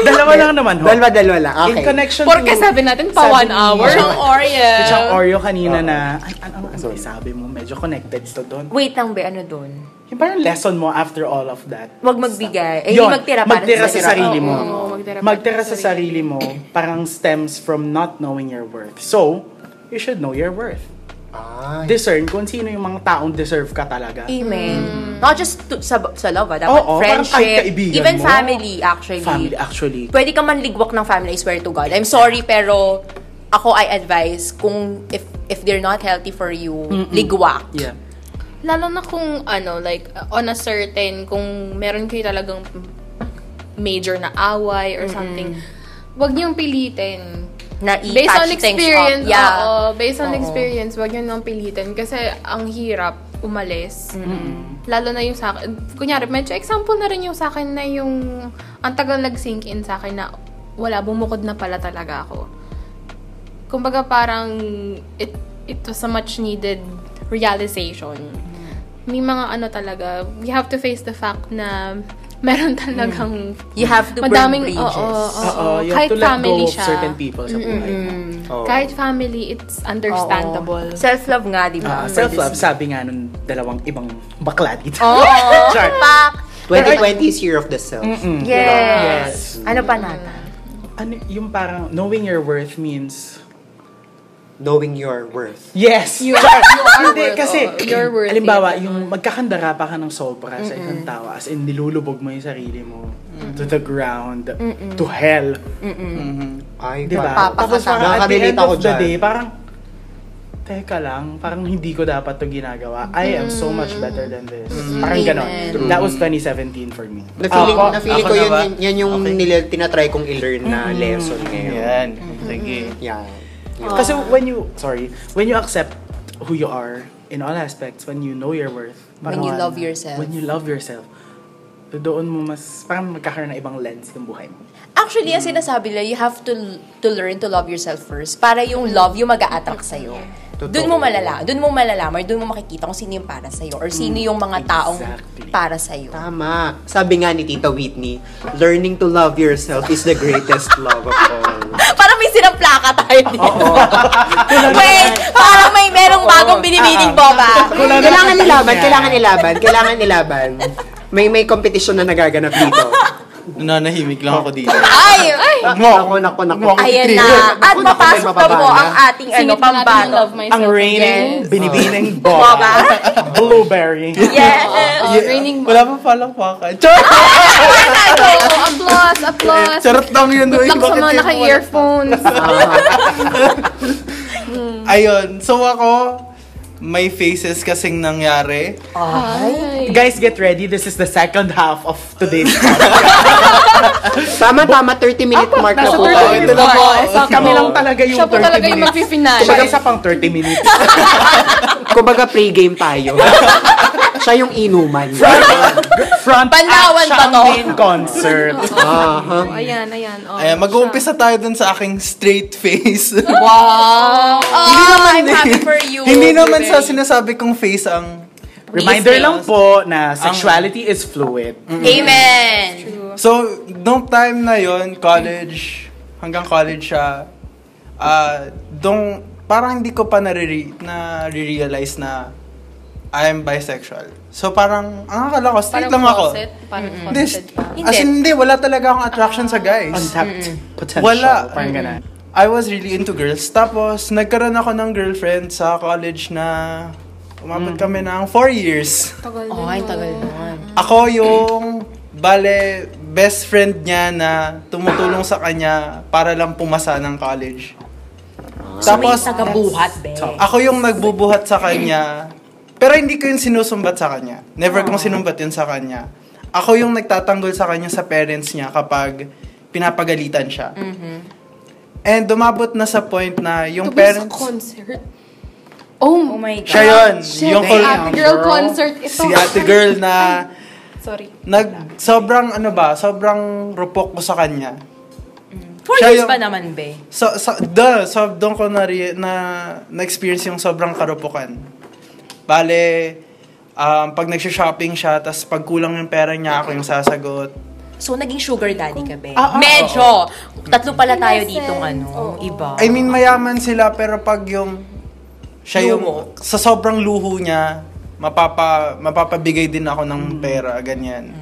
Dalawa lang naman, ho. Dalawa, dalawa lang. In Okay. connection Porque to... sabi natin pa Sabi one niya. hour. Yung Oreo. Which ang Oreo kanina Oo. na... Ay, ano ang sabi mo? Medyo connected to doon. Wait lang be, ano dun? Yung parang lesson mo after all of that. Wag magbigay. Eh, Yun, hindi magtira para magtira sa sarili mo. Oo, magtira para magtira sa sa sarili mo parang stems from not knowing your worth. So, you should know your worth. Ay. Discern kung sino yung mga taong deserve ka talaga. Amen. Not just to- sa, sa love, ah. dapat Mm. Oo, parang kahit friendship, kaibigan even mo. family actually. Family, actually. Pwede ka man ligwak ng family, I swear to God. I'm sorry pero ako I advise kung if if they're not healthy for you, ligwak. Yeah. Lalo na kung ano, like, on a certain, kung meron kayo talagang major na away or something, wag niyong pilitin. Na i-touch Based on things up. experience, Yeah. oo, based on experience, wag niyo nang pilitin kasi ang hirap umalis. Lalo na yung sa akin, kunyari, medyo example na rin yung sa akin na yung, ang tagal nag-sink in sa akin na wala, bumukod na pala talaga ako. Kumbaga parang, it, it was a much needed realization. May mga ano talaga, you have to face the fact na meron talagang You have to burn madaming, bridges. oo, oo, Oo, you have kahit to let family go of siya. certain people sa buhay. Oo. Kahit family, it's understandable. Oo. Self-love nga, di ba? Ah, self-love, sabi nga nung dalawang ibang bakla dito. Oh! Oo. Char. Mm-hmm. Pak. 2020 is year of the self. Yes. Ano pa nata? Ano, yung parang knowing your worth means Knowing your worth. Yes! You Char. are- you are Hindi, worth, kasi, oo. You're worthy. halimbawa, yung magkakandara pa ka ng sobra sa isang tao, as in, nilulubog mo yung sarili mo to the ground, to hell. Ay, Di ba? Diba? Tapos parang- parang at the Nakaka-relate end of ako the dyan. day, parang, teka lang, parang hindi ko dapat to ginagawa. I am so much better than this. Parang ganon. That was 2017 for me. Na feeling, Ako- na feeling ako ko na yun, ba? yun, yun yung Okay. nila, tinatry kong i-learn na lesson ngayon. Yan. Sige. Yan. Kasi when you, sorry, when you accept who you are in all aspects, when you know your worth, When you parang- love yourself. When you love yourself, doon mo mas, parang magkakaroon ng ibang lens yung buhay mo. Actually, ang sinasabi nila, you have to to learn to love yourself first para yung love yung mag attract sa'yo. Totoo. Doon mo malala, doon mo malalaman, doon mo makikita kung sino yung para sa'yo or sino yung mga taong Mm, exactly. para sa'yo. Tama. Sabi nga ni Tita Whitney, learning to love yourself is the greatest love of all. Parang may sinang plaka tayo dito. Wait, parang may merong bagong binibining boba. kailangan nilaban, kailangan nilaban, kailangan nilaban. May may competition na nagaganap dito. Nananahimik lang ako dito. Ay! ay. Wag mo. Nako, nako, nako. Ayan na. Trigger. At Nako, nako, may mapasok na bababa po ang na. ating ano, Singit na natin yung pambato. love myself. Ang raining, again. binibining Boba. boba. Blueberry. Ah, Yes. Oh, raining Wala pa palang paka. Char! Tayo! Oh, applause! Applause! Charot lang yun. Good Uy, luck sa bakit mga yun? naka-earphones. Ayun. So ako, may faces kasing nangyari. Ay. Guys, get ready. This is the second half of today's podcast. Tama, tama, 30-minute mark na nasa po. 30 minute ito na po. Kami lang talaga yung Siya po 30 talaga yung minutes. magpifinale. Kumbaga isa pang 30 minutes. Kumbaga, pre-game tayo. Siya yung inuman. Front Panlawan action pa to. main concert. Aha. Oh, ayan, ayan. Oh, Ayan, mag-uumpisa tayo dun sa aking straight face. Wow. Oh, I'm happy for you. Hindi naman sa sinasabi kong face ang... Reminder lang po na sexuality is fluid. Amen. So, nung time na yon college, hanggang college siya, ah, dong, parang hindi ko pa nariri, na-realize na I am bisexual. So, parang, ang akala ko, straight lang ako. Parang Hindi, closet Ah. pa. as in, hindi, wala talaga akong attraction sa guys. Untapped potential. Wala. Parang ganun. I was really into girls. Tapos, nagkaroon ako ng girlfriend sa college na umabot Mm. kami ng 4 years. Tagal Oh, ay, tagal naman. Ako yung, bale, best friend niya na tumutulong sa kanya para lang pumasa ng college. Tapos, Tagabuhat, be. ako yung nagbubuhat sa kanya. Pero hindi ko yung sinusumbat sa kanya. Never Ah. kong sinumbat yun sa kanya. Ako yung nagtatanggol sa kanya sa parents niya kapag pinapagalitan siya. Mm-hmm. And dumabot na sa point na yung To be sa parents... concert. Oh, Oh my God. Siya yun. shit. Yung col- Ate Girl concert ito. si ate girl na Sorry. nag sobrang ano ba, sobrang rupok ko sa kanya. Four Siya years yung- pa naman, be. So, so, duh, so doon ko na, re- na, na-experience yung sobrang karupukan. Bale, um, pag nagsha-shopping siya, tapos pag kulang yung pera niya, ako yung sasagot. So, naging sugar daddy ka, be. Ah, ah, Medyo. Tatlo pala tayo Innocent. ditong ano, iba. I mean, mayaman sila, pero pag yung, siya yung, Luho. sa sobrang luho niya, mapapa, mapapabigay din ako ng pera, ganyan.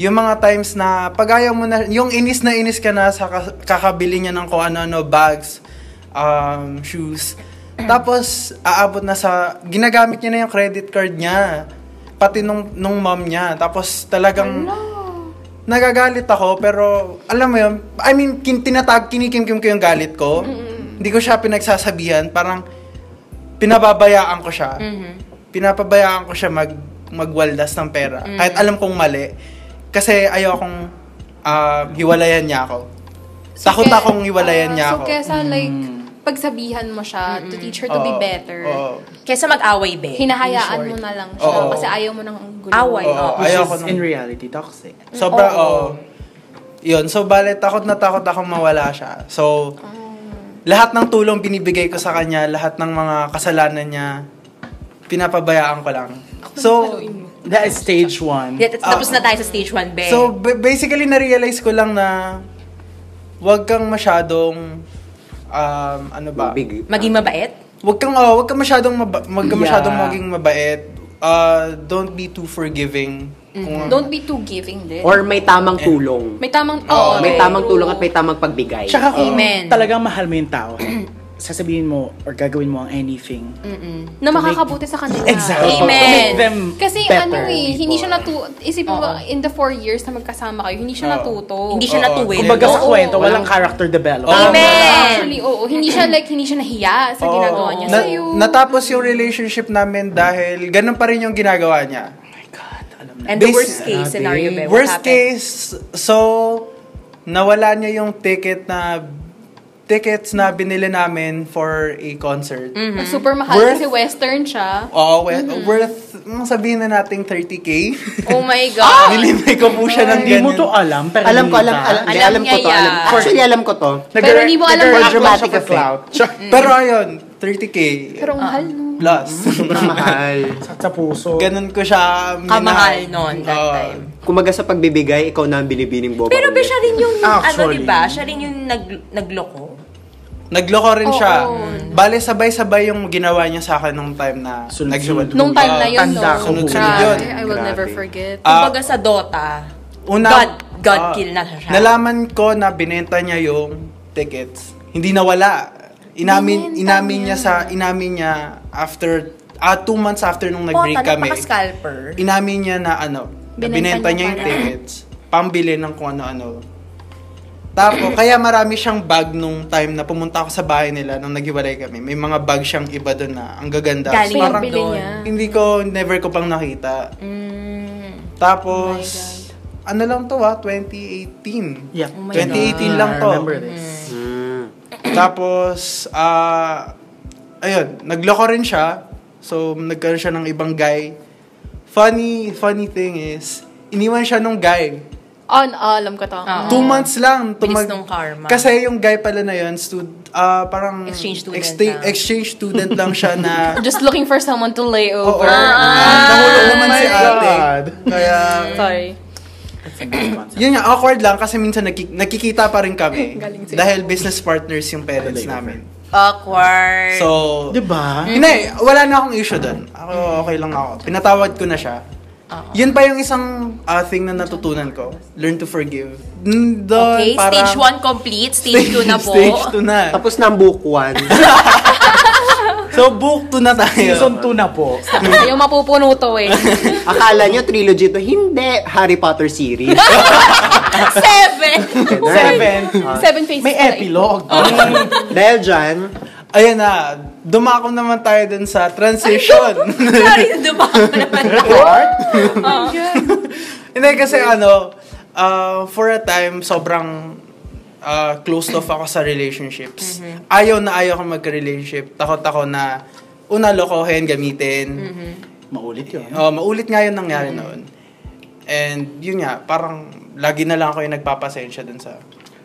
Yung mga times na, pag ayaw mo na, yung inis na inis ka na sa ka- kakabili niya ng kung ano-ano, bags, um, shoes. Tapos, aabot na sa, ginagamit niya na yung credit card niya. Pati nung, nung mom niya. Tapos, talagang, nagagalit ako, pero, alam mo yun, I mean, kin- tinatag, kinikimkim ko yung galit ko. Hindi ko siya pinagsasabihan, parang, pinababayaan ko siya. Mm-hmm. Pinapabayaan ko siya mag, magwaldas ng pera. Kahit alam kong mali. Kasi ayaw akong ah, hiwalayan niya ako. Takot kaya- akong hiwalayan ah, niya ako. So, kesa like, Mm. pagsabihan mo siya to teach her to be Oo, better, oo, Kesa mag-away, be. hinahayaan mo na lang siya Oo. kasi ayaw mo nang gulo. Away. oo, Oo. Which ayaw is, ko nung- in reality, toxic. Sobra, oo. Yun, so bale, takot na takot akong mawala siya. So, lahat ng tulong binibigay ko sa kanya, lahat ng mga kasalanan niya, pinapabayaan ko lang. So, That is stage one. Yeah, Tapos na tayo sa stage 1, be. Ah. so ba- basically, na-realize ko lang na huwag kang masyadong, um, ano ba? Big. Maging mabait? Huwag kang, oh, huwag kang masyadong, maba- huwag kang Yeah. masyadong maging mabait. Uh, don't be too forgiving. Kung- Don't be too giving din. Or may tamang tulong. may tamang, Oo, oo. May true. tamang tulong at may tamang pagbigay. Tsaka kung Amen. talagang mahal mo yung tao, sasabihin mo or gagawin mo ang anything. na makakabuti sa kanila. Exactly. Amen. To make them Kasi better ano eh, hindi siya people. natuto. Isipin mo, Oo. in the four years na magkasama kayo, hindi siya Oo. natuto. Hindi siya Oo. natuwid. Kumbaga sa Oo. Oh. kwento, walang character development. Oo. Amen. Actually, oo. Hindi siya like, hindi siya nahiya sa Oo. ginagawa niya Na- sa'yo. Natapos yung relationship namin dahil ganun pa rin yung ginagawa niya. Oh And the Basi- worst case scenario, be. what Ah, Worst happened? case, so, nawala niya yung ticket na, tickets na binili namin for a concert. Mm. Super mahal Worth- kasi western siya. Oo, we- Mm-hmm. worth, mm, sabihin na nating 30k. Oh my God. Nilimay ko po siya ng Hindi mo ganun. to alam, pero Alam ko, hindi alam, ka. alam, alam, Alam alam ko niya to. Alam, yan. actually, alam ko to. Nag- Pero hindi mo alam nag-work kung lang dramatic siya for effect. clout. Pero ayun, 30k. Pero ang mahal, no? Plus. Sobrang mahal. Sa- Sa puso. ganun ko siya. minahal. Kamahal noon that Oo. time. Kumaga sa pagbibigay, ikaw na ang binibining boba. Pero be, ulit. siya rin yung, ano, Actually. di ba? Siya rin yung nag, nagloko. Nagloko rin Oo. siya. Bale, sabay-sabay yung ginawa niya sa akin nung time na Sunod-sunod. naghiwalay. Nung time Ah, na yun, no? tanda ko Sunod-sunod Grabe, yun. I will Grabe. never forget. Ah, Kumbaga sa Dota, Una, Ah. God, God kill na siya. Nalaman ko na binenta niya yung tickets. Hindi nawala. Inamin Binenta inamin niya. niya. sa inamin niya after ah two months after nung nag-break Pota, kami. napaka-scalper. Inamin niya na ano, na Binenta binenta, niya niya yung pala. tickets. Pambili ng kung ano-ano. Tapos, kaya marami siyang bag nung time na pumunta ako sa bahay nila nung naghiwalay kami. May mga bag siyang iba doon na ang gaganda. Galing Parang Pinabili doon. niya. hindi ko, never ko pang nakita. Mm, Tapos, ano lang to ah, 2018. Yeah. Oh my 2018 God. lang to. I remember this. Mm. Tapos, ah, ayun, nagloko rin siya. So, nagkaroon siya ng ibang guy. Funny, funny thing is, iniwan siya nung guy. On, ah, alam ko to. Oo. Two months lang. Bilis nung karma. Kasi yung guy pala na yun, stud, ah, parang... Exchange student exte- lang. Exchange student lang siya na... Just looking for someone to lay over. Ah, nahulog naman Oh my si ate. God. Kaya, Sorry. yun nga, awkward lang kasi minsan nakik- nakikita pa rin kami. dahil business partners yung parents namin. Awkward. So, Diba? Hindi, wala na akong issue doon. Ako, okay lang ako. Pinatawad ko na siya. Yun pa yung isang ah, thing na natutunan ko. Learn to forgive. Mm, Doon, okay, parang- stage 1 complete, stage 2 na po. Stage 2 na. Tapos na ang book one. So, book 2 na tayo. Season 2 na po. Ayaw mapupuno to eh. Akala nyo trilogy to. Hindi. Harry Potter series. Seven! Seven. Seven faces. May pala eh. epilogue. Oh. Dahil dyan, Ayan na, dumako naman tayo dun sa transition. Sorry, dumako naman ako. Hindi, kasi ano, ah, for a time, sobrang ah, closed off ako sa relationships. Ayaw na ayaw akong magka-relationship. Takot ako na, una, lokohin, gamitin. Maulit yun. Oh, maulit nga yun nangyari noon. And yun nga, parang lagi na lang ako yung nagpapasensya dun sa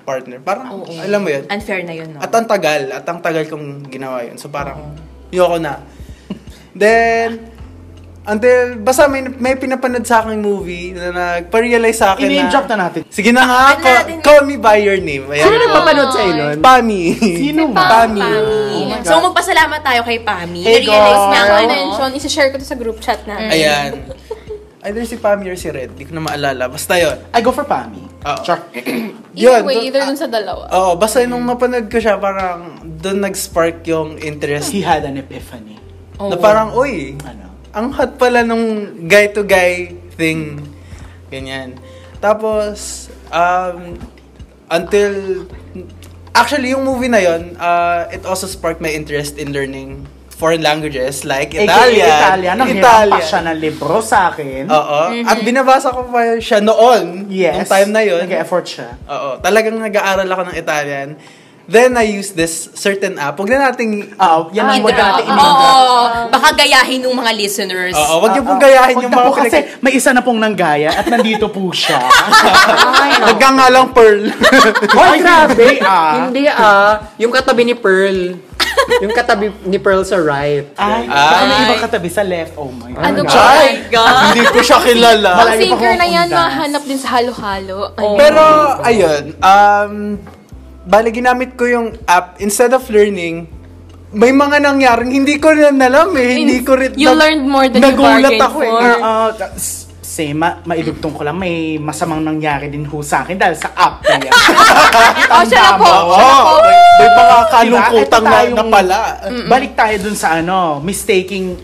partner. Parang, alam mo yun. Unfair na yun, no? At oh ang tagal, at ang tagal kong ginawa yun. So parang, yoko na. Then, until, basta may, may pinapanood sa aking movie na nagpa-realize sa akin I-name na, drop na natin. Sige na nga, Ano call, natin? call me by your name. Ayan. sino nagpapanood sa'yo nun? Pami. Sino ba? Pami. Pami. Oh my God. so, magpasalamat tayo kay Pami. Hey, Na-realize God. niya ang Kaya ano. mention, isi-share ko to sa group chat na. Ayan. Either si Pami or si Red. Di ko na maalala. Basta yun. I go for Pami. Oh. Oo. Char. Yun, Either way, dun- either dun sa dalawa. Oo, basta nung mapanood ko siya, parang doon nag-spark yung interest. He had an epiphany. Na parang, uy, Ano? ang hot pala nung guy-to-guy thing. Ganyan. Tapos, um, until, actually, yung movie na yon, uh, it also sparked my interest in learning foreign languages like AKA Italian. Italian. Nanghiram pa siya ng libro sa akin. Oh. Oo. At binabasa ko pa siya noon. yes. Nung time na yon. Nag-effort siya. Oo, talagang nag-aaral ako ng Italian. Then I use this certain app. Huwag na nating Ah, yan ang huwag natin Oo, ininda. baka gayahin ng mga listeners. Oo, wag niyo pong Ah, ah. gayahin Huwag yung na mga po kasi may isa na pong nanggaya at nandito po siya. Nagngangalang Pearl. Hoy, grabe ah. Hindi ah. Yung katabi ni Pearl. yung katabi ni Pearl sa right. Ay, baka may ibang katabi sa left. Oh my God. Ano ba? Chai! Hindi ko siya Wala. kilala. Ang Malayo pa singer ako na yan, kung dance. mahanap din sa halo-halo. Ay, Pero, ayun, um, bali ginamit ko yung app. Instead of learning, may mga nangyaring hindi ko rin alam eh. Hindi ko rin... You nag- learned more than you nagulat bargained ako eh. for. Ah, ah, s- same, ma maidugtong ko lang, may masamang nangyari din ho sa akin dahil sa app na yan. oh, siya na po. Oo, Siya may, na po. Oh! may mga Diba? kalungkutang Ito na, tayong- na pala. Balik tayo dun sa ano, mistaking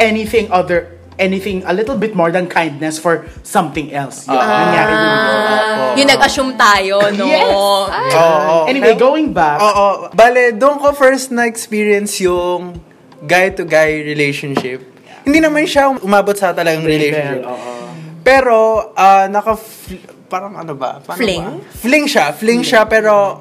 anything other, anything a little bit more than kindness for something else. Yun, Ah. nangyari dun. Yung nag-assume tayo, no? Ay, Oo, oo. Oh, Anyway, going back, Oo. Bale, doon ko first na-experience yung guy-to-guy relationship. Hindi naman siya umabot sa talagang relationship. oo. Pero, ah, naka... Parang ano ba? Paano Fling? ba? Fling siya. Fling siya, pero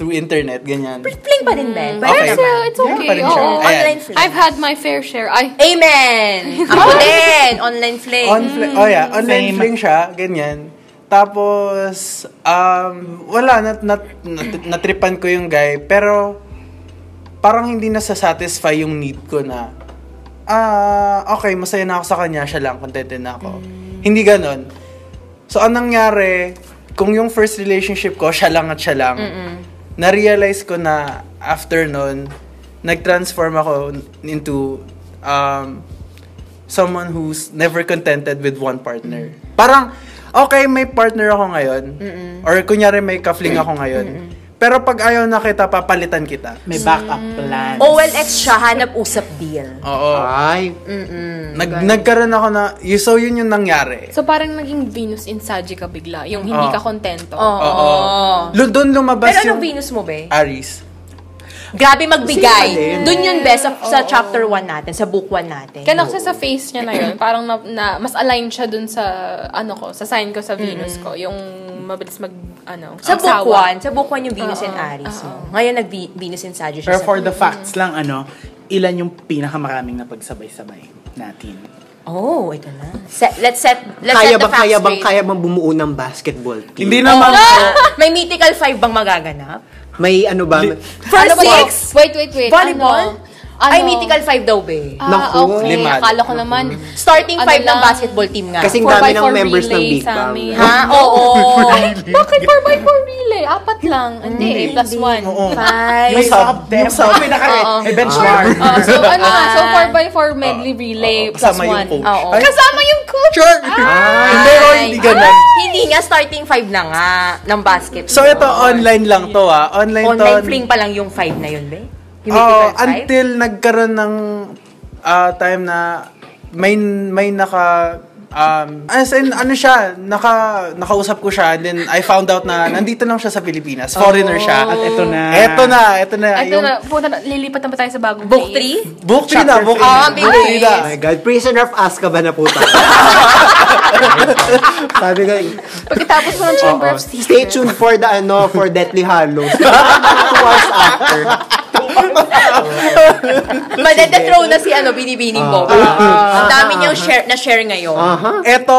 through internet, ganyan. Fling pa rin, Ben. Pero Okay. it's, uh, it's Yeah, okay. pa rin siya. oo. Ayan. Online fling. I've had my fair share. Ay, Amen! Ako din! Online fling. On fling, oh yeah, online Same. fling siya, ganyan. Tapos, um, wala, nat, nat, nat- natripan ko yung guy, pero parang hindi na satisfy yung need ko na, ah, okay, masaya na ako sa kanya, siya lang, contented na ako. Hindi ganon. So, anong nangyari, kung yung first relationship ko, siya lang at siya lang, na-realize ko na after nun, nag-transform ako into um, someone who's never contented with one partner. Parang, okay, may partner ako ngayon. Or kunyari may kafling ako ngayon. Pero pag ayaw na kita, papalitan kita. May backup plan. Mm. OLX siya, hanap-usap deal. Oo. Ay, Nag, nagkaroon ako na, y- so yun yung nangyari. So, parang naging Venus in Sagittarius ka bigla. Yung hindi Oo. ka kontento. Oo. Oo. oh. Lu- Doon lumabas Pero anong yung Venus mo, be? Aries. Grabe magbigay. Doon yun, be, sa, Oh. sa chapter 1 natin, sa book 1 natin. Kaya kasi sa face niya na yun, parang na, na- mas aligned siya dun sa, ano ko, sa sign ko sa Venus ko. Yung mabilis mag, ano, sa book magsawa. 1, sa book 1 yung Venus and Aries mo. Ngayon, nag-Venus and Sagittarius Pero siya. for the facts lang, ano, ilan yung pinakamaraming napagsabay-sabay natin? Oh, ito na. Set, let's set, let's kaya set the ba, facts kaya bang, straight. kaya bang bumuo ng basketball team? Hindi Oh, naman. May mythical five bang magaganap? May ano ba? Li- For Ano ba to? six? Wait, wait, wait. Volleyball? Ano? Ay, Ano? mythical five daw, be. Ah, Naku. okay. Lima. Akala ko naman. Starting ano five ng lang. basketball team nga. Kasing Four dami by ng four members ng relay Big sa Bang. amin. Ha? Oo. Bakit 4x4 relay? Apat lang. Hindi, eh, plus 1. Oo. Five. May sub, may sub, may naka- Oo. may benchmark. so ano nga, so 4x4 medley relay Oo, plus oh, kasama yung 1. coach. Oo. Ay. Kasama yung coach! Sure! Hindi, oh, hindi ganun. Ah, Hindi nga starting five na nga ng basketball. So ito, online lang to ah. Online, Online to. fling pa lang yung five na yun, be. Yung Oo, mythical five? Ah, until nagkaroon ng ah, time na may may naka um, as in, ano siya, naka, nakausap ko siya, and then I found out na nandito lang siya sa Pilipinas, foreigner siya. At eto na. Eto na, Oh. eto na. Ito yung- na, punta na, lilipat na ba tayo sa bagong Book place? three? Book 3 na, book Oo, 3 ang book three na. Oh my God, prisoner of Azkaban na po tayo. Sabi ko, Pagkatapos mo ng Chamber of Secrets. stay tuned for the ano, for Deathly Hallows. Two hours after. Madedethrow na si ano, binibining Ah. Bob. Ang dami niyang share, na-share ngayon. Aha. Eto,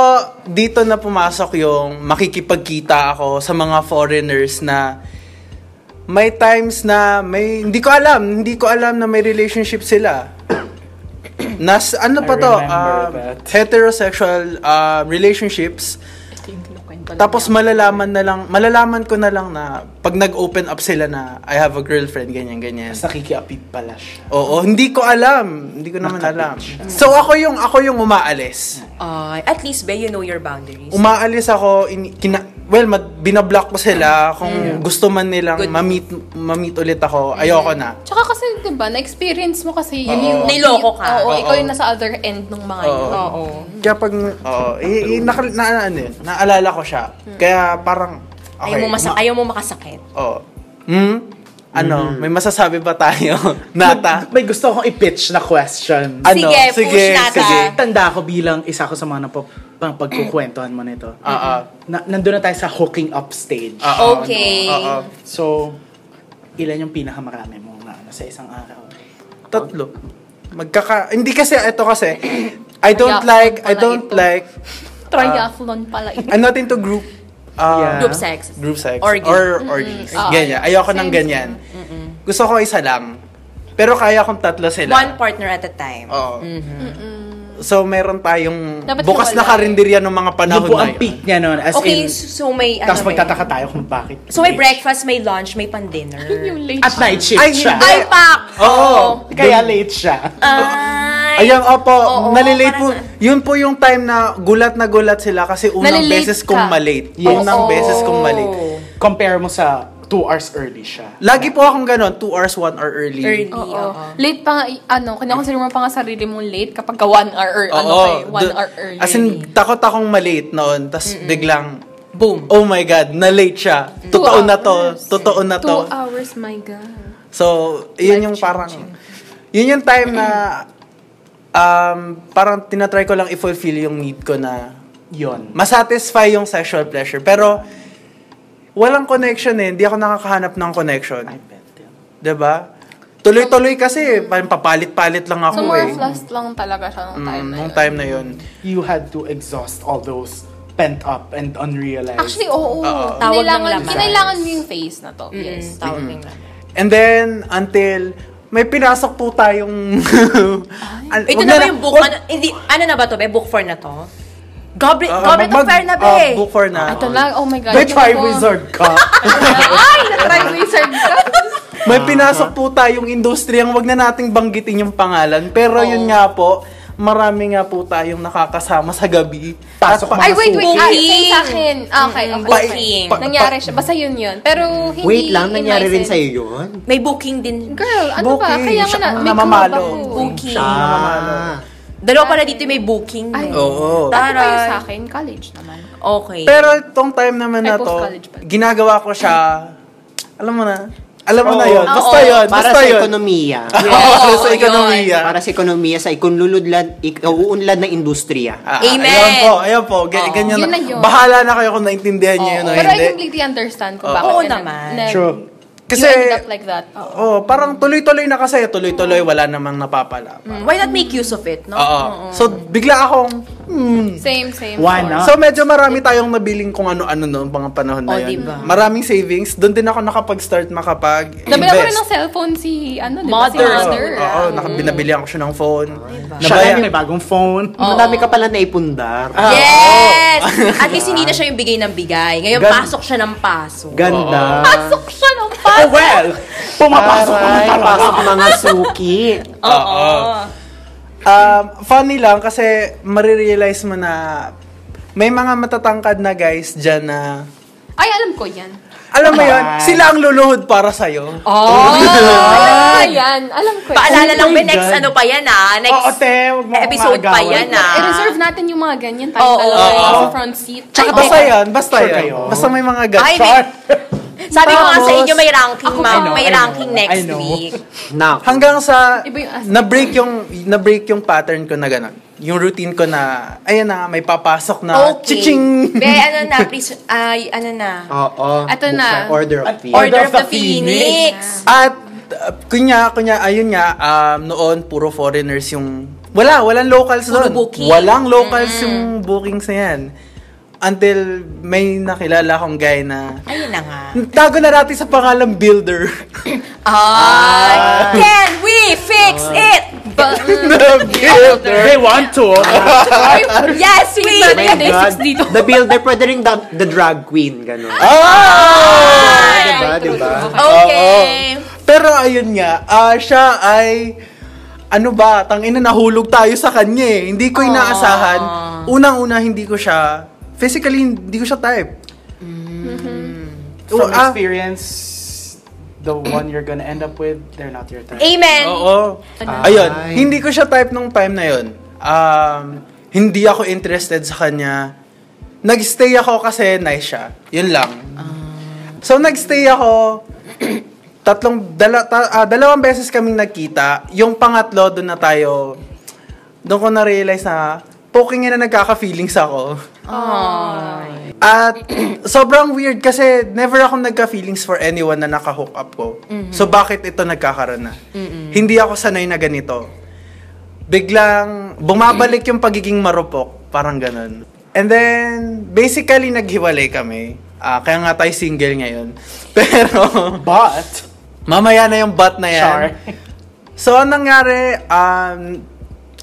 dito na pumasok yung makikipagkita ako sa mga foreigners na may times na may hindi ko alam, hindi ko alam na may relationship sila. Nas ano pa to? remember um, that. heterosexual uh, relationships. Tapos malalaman na lang, malalaman ko na lang na pag nag-open up sila na I have a girlfriend ganyan ganyan. Mas nakikiapid pala siya. Oo, hindi ko alam. Hindi ko naman alam. So ako yung ako yung umaalis. Ay, Ah, at least, be, you know your boundaries. umaalis ako, in, kina, well, mad, binablock ko sila kung gusto man nilang Good. ma-meet, ma-meet ulit ako, ayoko na. Tsaka kasi, di ba, na-experience mo kasi yun yung... Niloko ka. Oo, ikaw Oo. yung nasa other end ng mga yun. Oo. Oo. Kaya pag, oo, eh, eh, naka- na, ano yun, naalala ko siya. Kaya parang, okay. Hmm. Ayaw, mo masa- uma- ayaw mo makasakit. Oo. Hmm? Ano, may masasabi ba tayo? Nata? May gusto akong i-pitch na question. Ano? Sige, push Sige, nata. sige. Tanda ko bilang isa ko sa mga napap- pang- pagkukwentuhan mo nito. Ah. Oo. Na, nandun na tayo sa hooking up stage. Oo, Okay. ano, oo. So, ilan yung pinakamarami mo na ano, sa isang araw? Tatlo. Magkaka, hindi kasi, ito kasi, I don't Triathlon like, I pala don't ito. like, Triathlon pala ito. I'm not into group, uh, Ah. Yeah. Group sex. group sex Orgy. or orgies. Oo. Ganyan. Ayoko ng Oh, Same, ganyan. Gusto ko isa lang. Pero kaya kong tatlo sila. One partner at a time. Oo. So meron tayong Mm-hmm. Dapat bukas na hiwalay. karinderya ng mga Ano panahon po na ang yun. peak niya nun? As Okay, in, so so may ano. tapos ba magtataka yun? tayo kung bakit. So may breakfast, may lunch, may pan-dinner. Yung late At night shift Ay, siya. hindi. Ay, pak! Oo. Kaya late siya. Ay! Ayan, opo, Oo, nalilate para po. sa- Yun po yung time na gulat na gulat sila kasi unang Nalilate beses ka. kong malate. Yes. Unang Oo. beses kong malate. Compare mo sa 2 hours early siya. Lagi po akong ganon, 2 hours, 1 hour early. Early, Oo. oo. Late pa nga, i- ano, kinakonsider mo pa nga sarili mong late kapag ka one hour, or, ano Oo, kayo, one do- hour early. As in, takot akong malate noon. Tapos biglang, Boom. oh my God, na-late siya. Totoo na to. Totoo na Two to. hours, my God. So, yun yung parang, yun yung time na, um, parang tinatry ko lang i-fulfill yung need ko na Yun. masatisfy yung sexual pleasure. Pero, walang connection eh. Hindi ako nakakahanap ng connection. I bet yun. 'Di ba? Tuloy-tuloy kasi, parang papalit-palit lang ako So, more eh. of lust lang talaga siya nung time Mm, na nung yun. time na yun. You had to exhaust all those pent up and unrealized. Actually, oo. Oo. Tawag ng Kinailangan, laman. kinailangan mo yung face na to. Yes. Yes, tawag ng lang. And then, until, may pinasok po tayong... An- Ito wag na ba na- yung book? wag- Ano, hindi, ano na ba to, be? Book 4 na to? Goblet, Ah, Goblet of mag- Fire na, eh? be! ah, book for na. Ito lang, oh my God. May ito try ko. wizard ka. Ay, na-try wizard ka. May pinasok po tayong industriyang wag na nating banggitin yung pangalan. Pero yun nga po, marami nga po tayong nakakasama sa gabi. Pasok At mga Ay, wait, wait. suki. Ah, same sa akin. Ah, Okay, okay. Mm-mm. okay. Booking. Pa- pa- Nangyari siya. Basta yun yun. Pero hindi Wait lang, nangyari rin in-license. sa'yo yun? May booking din. Girl, ano ba? Booking. Kaya nga Siya na, ang may namamalo. kumaba ko. Booking. Ah. Dalawa pala dito may booking. Ay, eh. Oo. Ano ba yun Taray. sa akin? College naman. Okay. Pero itong time naman Ay, na to, post-college pa. ginagawa ko siya, alam mo na, alam mo na Oo. yun, basta Oo. yun, Para basta sa Ah, yun. Ah, ekonomiya. Oo, Oo, sa ekonomiya. Para sa ekonomiya, sa ikunluludlad, ik- uunlad na industriya. Ah, Amen. Ayun po, ayun po. G- Oo. ganyan Oh. Yun na. na yun. Oh. Bahala na kayo kung naintindihan niyo yun o Pero I hindi. completely understand Oo. kung bakit. Oo ka nag- naman. nag- True. Kasi, you ended up like that. Oo. oh, parang tuloy-tuloy na kasi. Tuloy-tuloy, wala namang napapala. Mm, Why not make use of it, no? Oo. Mm, So, bigla akong, hmm. Same, same. Why Oo. not? So, medyo marami tayong nabiling kung ano-ano noong mga panahon Oh, na yun. diba? Maraming savings. Doon din ako nakapag-start makapag-invest. Nabila ko rin ng cellphone si, ano, di ba? Si Mother. mother. Mm. Oo, oo, naka- binabilihan ko siya ng phone. Ah, diba? Siya Nabaya- lang yung may bagong phone. Madami ka pala naipundar. Ah. Ah, Yes! At least hindi na siya yung bigay ng bigay. Ngayon, Gan- pasok siya ng pasok. Ganda. Pasok siya ng Oh, pasok. well! Pumapasok ka na Aray, talaga. pasok mga suki. Oo. Um, funny lang kasi marirealize mo na may mga matatangkad na guys dyan na Ay, alam ko yan. alam mo yun, Ay. sila ang luluhod para sa'yo. Alam ko yan. Alam ko yan. Paalala lang, my may next God. ano pa yan ah. Next Oo, te, huwag mo akong episode pa aagawan. yan ah. I-reserve natin yung mga ganyan. Tayo Oo, talaga oo, yung oo. sa front seat. Tsaka Ay, basta teka. yun, basta Sure yun. kayo. Basta may mga guys. Ay, Char! Sabi ko nga sa inyo, may ranking, Ako ma'am. pa. May I know, ranking I know, next I know. week. Nak. Hanggang sa Iba yung aspect. na-break yung na-break yung pattern ko na ganun. Yung routine ko na ayan na nga, may papasok na Okay. chiching. Be, ano na, please, ay, ano na. Oo. Ito Buksan na. Order of At Phoenix. Order of the Phoenix. At uh, kunya kunya ayun nga um, noon puro foreigners yung wala walang locals Puro noon. booking. Walang locals yung bookings na yan. Until may nakilala akong guy na Ayun na nga. tago na natin sa pangalang builder. Ay, can we fix it? Ba- They want to. Yes, we Hindi. My Day God. six dito. The builder, pwede rin the, the drag queen, gano'n. Ah! diba, diba? Okay. Pero ayun nga, ah, siya ay ano ba, tangina nahulog tayo sa kanya eh. Hindi ko inaasahan. Ah. Unang-una hindi ko siya physically hindi ko siya type. From Oh, ah. experience, the one you're gonna end up with, they're not your type. Amen. Oo. Ayun, hindi ko siya type nung time na yun. Um, hindi ako interested sa kanya. Nagstay ako kasi nice siya. Yun lang. So nagstay ako tatlong dala, ta- ah, dalawang beses kaming nagkita. Yung pangatlo doon na tayo doon ko na realize na poking na nagkaka-feelings ako. At sobrang weird kasi never ako nagka-feelings for anyone na naka-hook up ko. So bakit ito nagkakaroon na? Hindi ako sanay na ganito. Biglang bumabalik yung pagiging marupok, parang ganun. And then, basically, naghiwalay kami. Ah, kaya nga tayo single ngayon. Pero, But, mamaya na yung bat na yan. char. So, anong nangyari, um,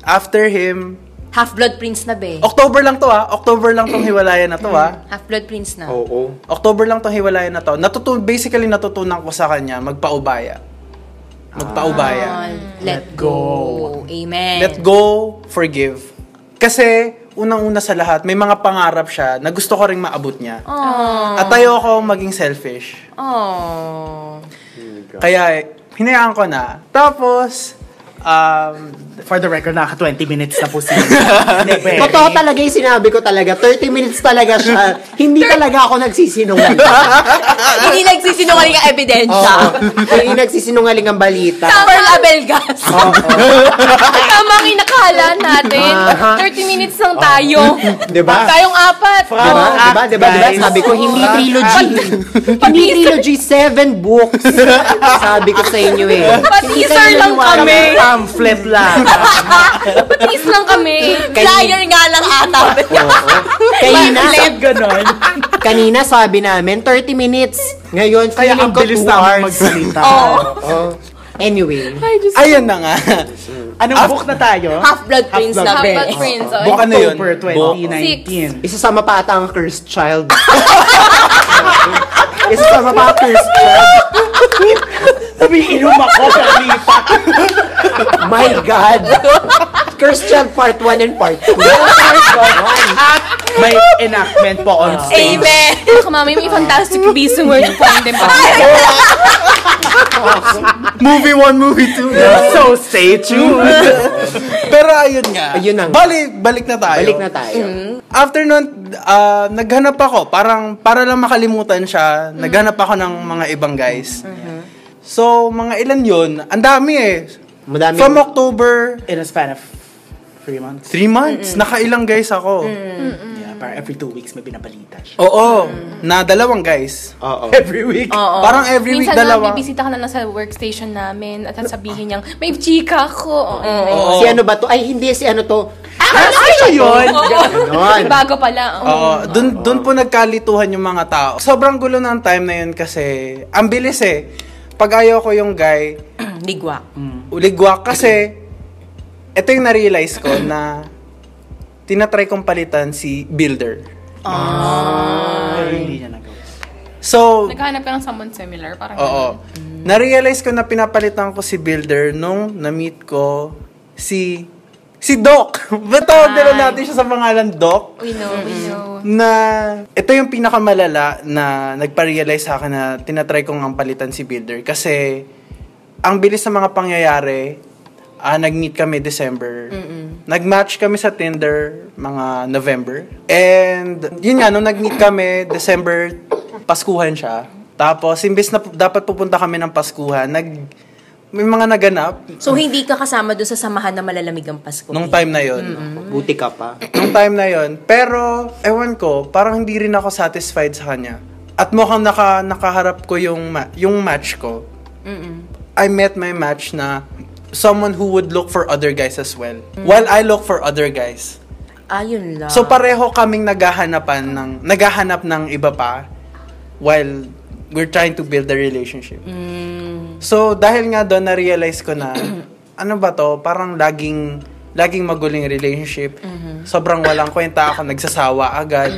after him, Half-blood prince na, be. October lang to ah, October lang tong hiwalayan na to ah. Half-blood prince Oh. na. Oo. October lang tong hiwalayan na to. Natutun basically natutunan ko sa kanya magpaubaya. Magpaubaya. Let go. Amen. Let go, forgive. Kasi unang-una sa lahat, may mga pangarap siya na gusto ko ring maabot niya. At ayoko maging selfish. Oh. Kaya hinayaan ko na. Tapos um, For the record, naka 20 minutes na po siya. Totoo talaga yung sinabi ko talaga. 30 minutes talaga siya. Hindi talaga ako nagsisinungaling. Hindi nagsisinungaling ang ebidensya. Hindi nagsisinungaling ang balita. Diba? Pearl Abelgas. Tama ang inakala natin. 30 minutes lang tayo. Diba? Tayong apat. Diba? Diba? Diba? Diba? Diba? Guys. Sabi ko, hindi trilogy. hindi trilogy, seven books. Sabi ko sa inyo eh. Hindi Pati-sir kayo lang naniwala. kami. Pamphlet lang. Patis lang kami. Flyer nga lang ata. Kanina, Pamphlet, ganon. kanina sabi namin, 30 minutes. Ngayon, Kaya feeling ang ko bilis 2 na hours. magsalita. Oh. Anyway. ayun na nga. Anong book na tayo? Half-blood prince na, be. Half-blood Half-blood prince. oh. Book ano yun? October Book. 2019. Isasama pa ata ang cursed child. Isasama pa ang cursed child. Sabi, inom ako sa lipat. My God! Cursed Child Part 1 and Part 2. Part 1. At may enactment po on stage. Amen! Ako, mami, may fantastic beast ng word po din pa. movie 1, movie 2. So stay tuned. Pero ayun nga. Ayun na nga. Balik, balik na tayo. Balik na tayo. Mm-hmm. After nun, ah, naghanap ako. Parang, para lang makalimutan siya, naghanap ako ng mga ibang guys. So, mga ilan yun? Ang dami eh. Madami. From October, In a span of three months. three months, nakailang guys ako. Yeah, parang every two weeks may binabalita siya. Oo, na dalawang guys. Oo. Every week. Parang every week, Minsan dalawa. na, bibisita ka na lang sa workstation namin at sasabihin niyang, may chika ko. Oh, Oo. Si ano ba to? Ay, hindi. Si ano to? Ah, ano yun? Ganon. Bago pala. Oh. Oo. Oo, dun, dun po nagkalituhan yung mga tao. Sobrang gulo ng time na yun kasi, ang bilis eh. Pag ayaw ko yung guy, Ligwa. uligwa kasi, ito yung na-realize ko na tinatry kong palitan si Builder. Ah. Pero hindi niya nagawa. So, Naghahanap ka ng someone similar. Parang oo. Na-realize ko na pinapalitan ko si Builder nung na-meet ko si si Doc. Ba't tawag na lang natin siya sa pangalan Doc? We know, we know. Na ito yung pinakamalala na nagpa-realize sa akin na tinatry kong ang palitan si Builder. Kasi ang bilis ng mga pangyayari, ah, nag-meet kami December. Nag-match kami sa Tinder mga November. And yun nga, nung nag-meet kami, December, Paskuhan siya. Tapos, imbes na pu- dapat pupunta kami ng Paskuhan, nag, may mga naganap So, hindi ka kasama doon sa samahan na malalamig ang Pasko. nung time na yun. Buti ka pa. nung time na yon Pero, ewan ko, parang hindi rin ako satisfied sa kanya. At mukhang naka, nakaharap ko yung, ma- yung match ko. I met my match na someone who would look for other guys as well. While I look for other guys. Ayun lang. So pareho kaming naghahanapan ng naghahanap ng iba pa while we're trying to build a relationship. So dahil nga doon na realize ko na ano ba to, parang laging laging maguling relationship. Sobrang walang kwenta ako, nagsasawa agad.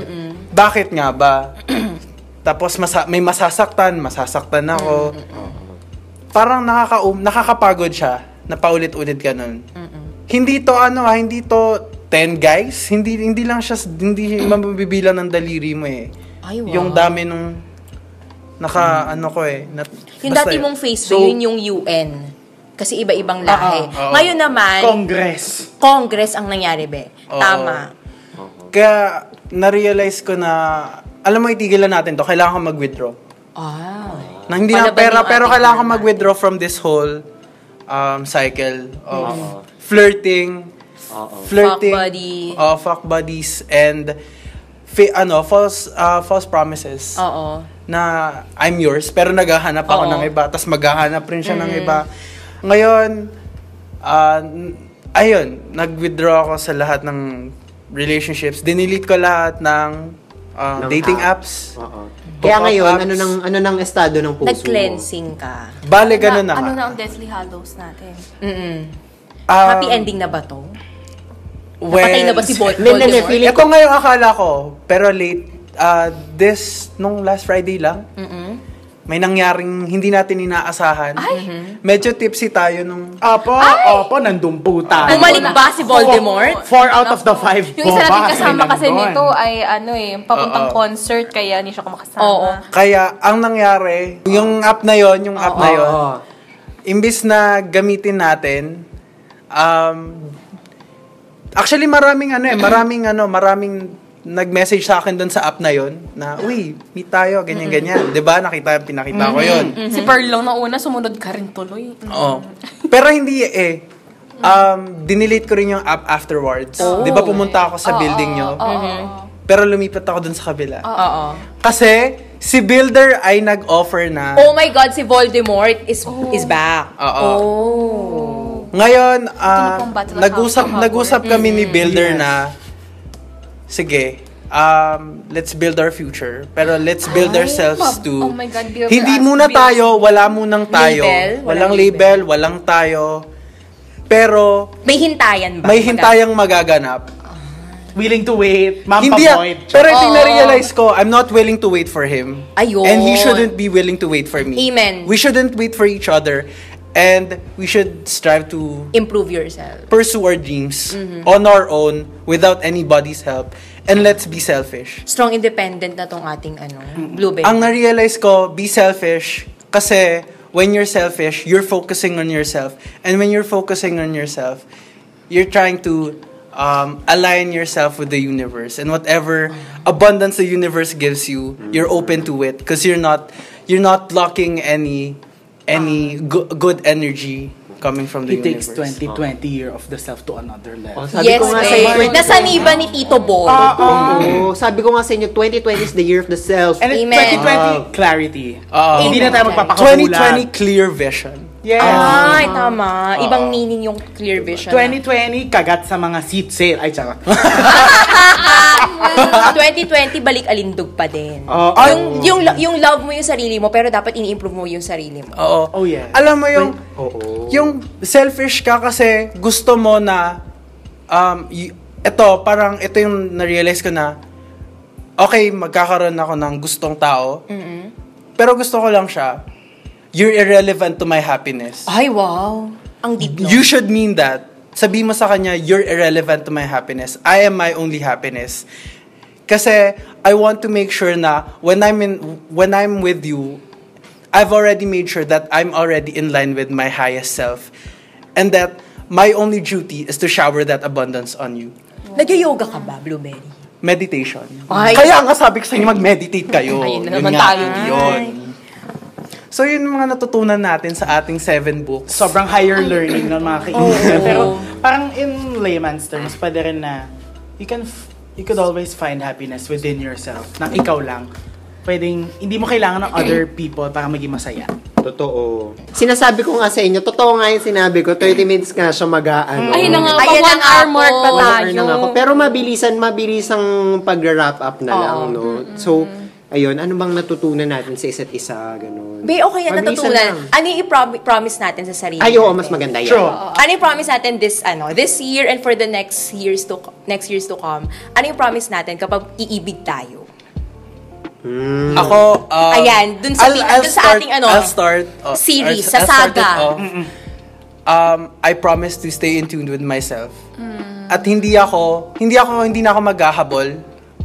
Bakit nga ba? Tapos masa- may masasaktan, masasaktan ako. Parang nakaka nakakapagod siya na paulit-ulit ganun. Hindi to ano, ah, hindi to 10 guys, hindi hindi lang siya hindi mabibilang ng daliri mo eh. Ay, wow. Yung dami nung naka ano ko eh. na- yung basta dati yun. mong face So, Ah, so, yun yung UN. Kasi iba-ibang lahi. Oo, oo. Ngayon naman, Congress. Congress ang nangyari, be. Oo. Tama. Kaya na-realize ko na alam mo itigilan natin to, kailangan ko mag-withdraw. Ah. Na hindi na Palaban pera, yung pero ating kailangan ko laban. mag-withdraw from this whole um, cycle of Oo. flirting, flirting, Fuck buddy. oh, fuck buddies, and fa- ano, false, uh, false promises. Oo. na I'm yours, pero naghahanap ako Oo. Mm. ng iba, tapos maghahanap rin siya ng iba. Ngayon, ah, n- ayun, nag-withdraw ako sa lahat ng relationships. Dinelete ko lahat ng, ah, Ng dating app. apps. Oo. Kaya Pop-up ngayon, apps. ano nang ano nang estado ng puso mo? Nag-cleansing ka. Bale, ganun na, Ano nga. na ang Deathly Hallows natin? Mm-mm. Ah, Happy ending na ba to? when- Patay na ba si Bol- Hindi, hindi, hindi. Voldemort? Feeling Ito nga yung akala ko, pero late, ah, this, nung last Friday lang, may nangyaring hindi natin inaasahan. Mm-hmm. Medyo tipsy tayo nung Apo, apo, nandun Oh po tayo. Bumalik ba si Voldemort? Four out of the five Yung boba, isa natin kasama nandun. kasi nito ay ano eh, papuntang Oo. concert kaya hindi siya kumakasama. Oo. Kaya, ang nangyari, yung app na yon yung app na yon Oo. imbis na gamitin natin, um, actually maraming ano eh, maraming ano, maraming nag-message sa akin doon sa app na yon na, uy, meet tayo, ganyan-ganyan. 'Di ba Nakita, pinakita ko yon Si Pearl lang na una, sumunod ka rin tuloy. Oo. Pero hindi eh. Um, dinelete ko rin yung app afterwards. Oh. 'Di ba pumunta ako sa building nyo? Mhm. Pero lumipat ako doon sa kabila. Oo. Kasi si builder ay nag-offer na Oh my God, si Voldemort is is back. Oo. Oh. Ngayon, ah, na pong battle Mhm. nag-usap, of nag-usap kami ni Builder Yes. na, sige, um, let's build our future. Pero let's build ourselves mab- too. oh my God, Builder Hindi as muna build. tayo, wala munang tayo. Label, walang walang label. label, walang tayo. Pero, May hintayan ba? may hintayang magaganap. Willing to wait. Ma'am Hindi, ah, Pamoy. pero I think na-realize ko, I'm not willing to wait for him. Ayun. And he shouldn't be willing to wait for me. Amen. We shouldn't wait for each other. And we should strive to Improve yourself. pursue our dreams Mm-hmm. on our own without anybody's help. And let's be selfish. Strong independent na tong ating ano, Bluebell. Ang na-realize ko, be selfish. Kasi when you're selfish, you're focusing on yourself. And when you're focusing on yourself, you're trying to um, align yourself with the universe. And whatever abundance the universe gives you, you're open to it. Because you're not, you're not blocking any, any go- good energy coming from It the takes universe. Oh. 2020 year of the self to another level. Oh, sabi yes, ko nga Ah, sa eh. inyo, Nasaniba ni Tito Boy. Oo, sabi ko nga sa inyo, 2020 is the year of the self. And Amen. it's 2020 clarity. Ah. Hindi na tayo magpapakabulan. 2020 clear vision. Yes. Ah. Ay, tama. Ibang meaning yung clear vision. 2020 kagat sa mga seat sale. Ay, tsaka. Ah, 2020, balik alindog pa din. Oh. Oo. yung, Oh. yung, lo- yung love mo yung sarili mo, pero dapat ini-improve mo yung sarili mo. Oo. Oh, yeah. Alam mo yung, Oo. yung selfish ka kasi gusto mo na, um, y- ito, parang ito yung narealize ko na, okay, magkakaroon ako ng gustong tao, pero gusto ko lang siya, you're irrelevant to my happiness. Ay, wow. Ang deep no? You should mean that. Sabi mo sa kanya, you're irrelevant to my happiness. I am my only happiness. Kasi I want to make sure na when I'm in when I'm with you, I've already made sure that I'm already in line with my highest self and that my only duty is to shower that abundance on you. Nag-yoga ka ba, Blueberry? Meditation. Ay. Kaya nga sabi ko sa inyo, mag-meditate kayo. Ayun na Yun naman nga, tayo. Yun. So yun yung mga natutunan natin sa ating seven books. Sobrang higher learning ng mga kaibigan. Pero parang in layman's terms, pwede rin na you can f- you could always find happiness within yourself. Nang ikaw lang. Pwedeng, hindi mo kailangan ng other people para maging masaya. Totoo. Sinasabi ko nga sa inyo, totoo nga yung sinabi ko, 30 minutes nga siya mag-aano. Ayun na nga, pa Ayan na one hour ako. mark pa Oo, tayo. or na nga po. Pero mabilisan, mabilisang pag-wrap up na lang, no? So, ayun, ano bang natutunan natin sa isa't isa, ganun. Be, okay yan, Mabilisan natutunan. lang. Ano yung i-promise natin sa sarili Ay, oo, natin? mas maganda yan. True. Ano yung promise natin this ano this year and for the next years to next years to come? Ano yung promise natin kapag iibig tayo? Mm. Ako, um, Ayan, dun sa- dun sa ating ano, I'll start. oh, series, sa I'll- I'll start saga. it off. Um, I promise to stay in tune with myself. At hindi ako, hindi ako, hindi na ako maghahabol.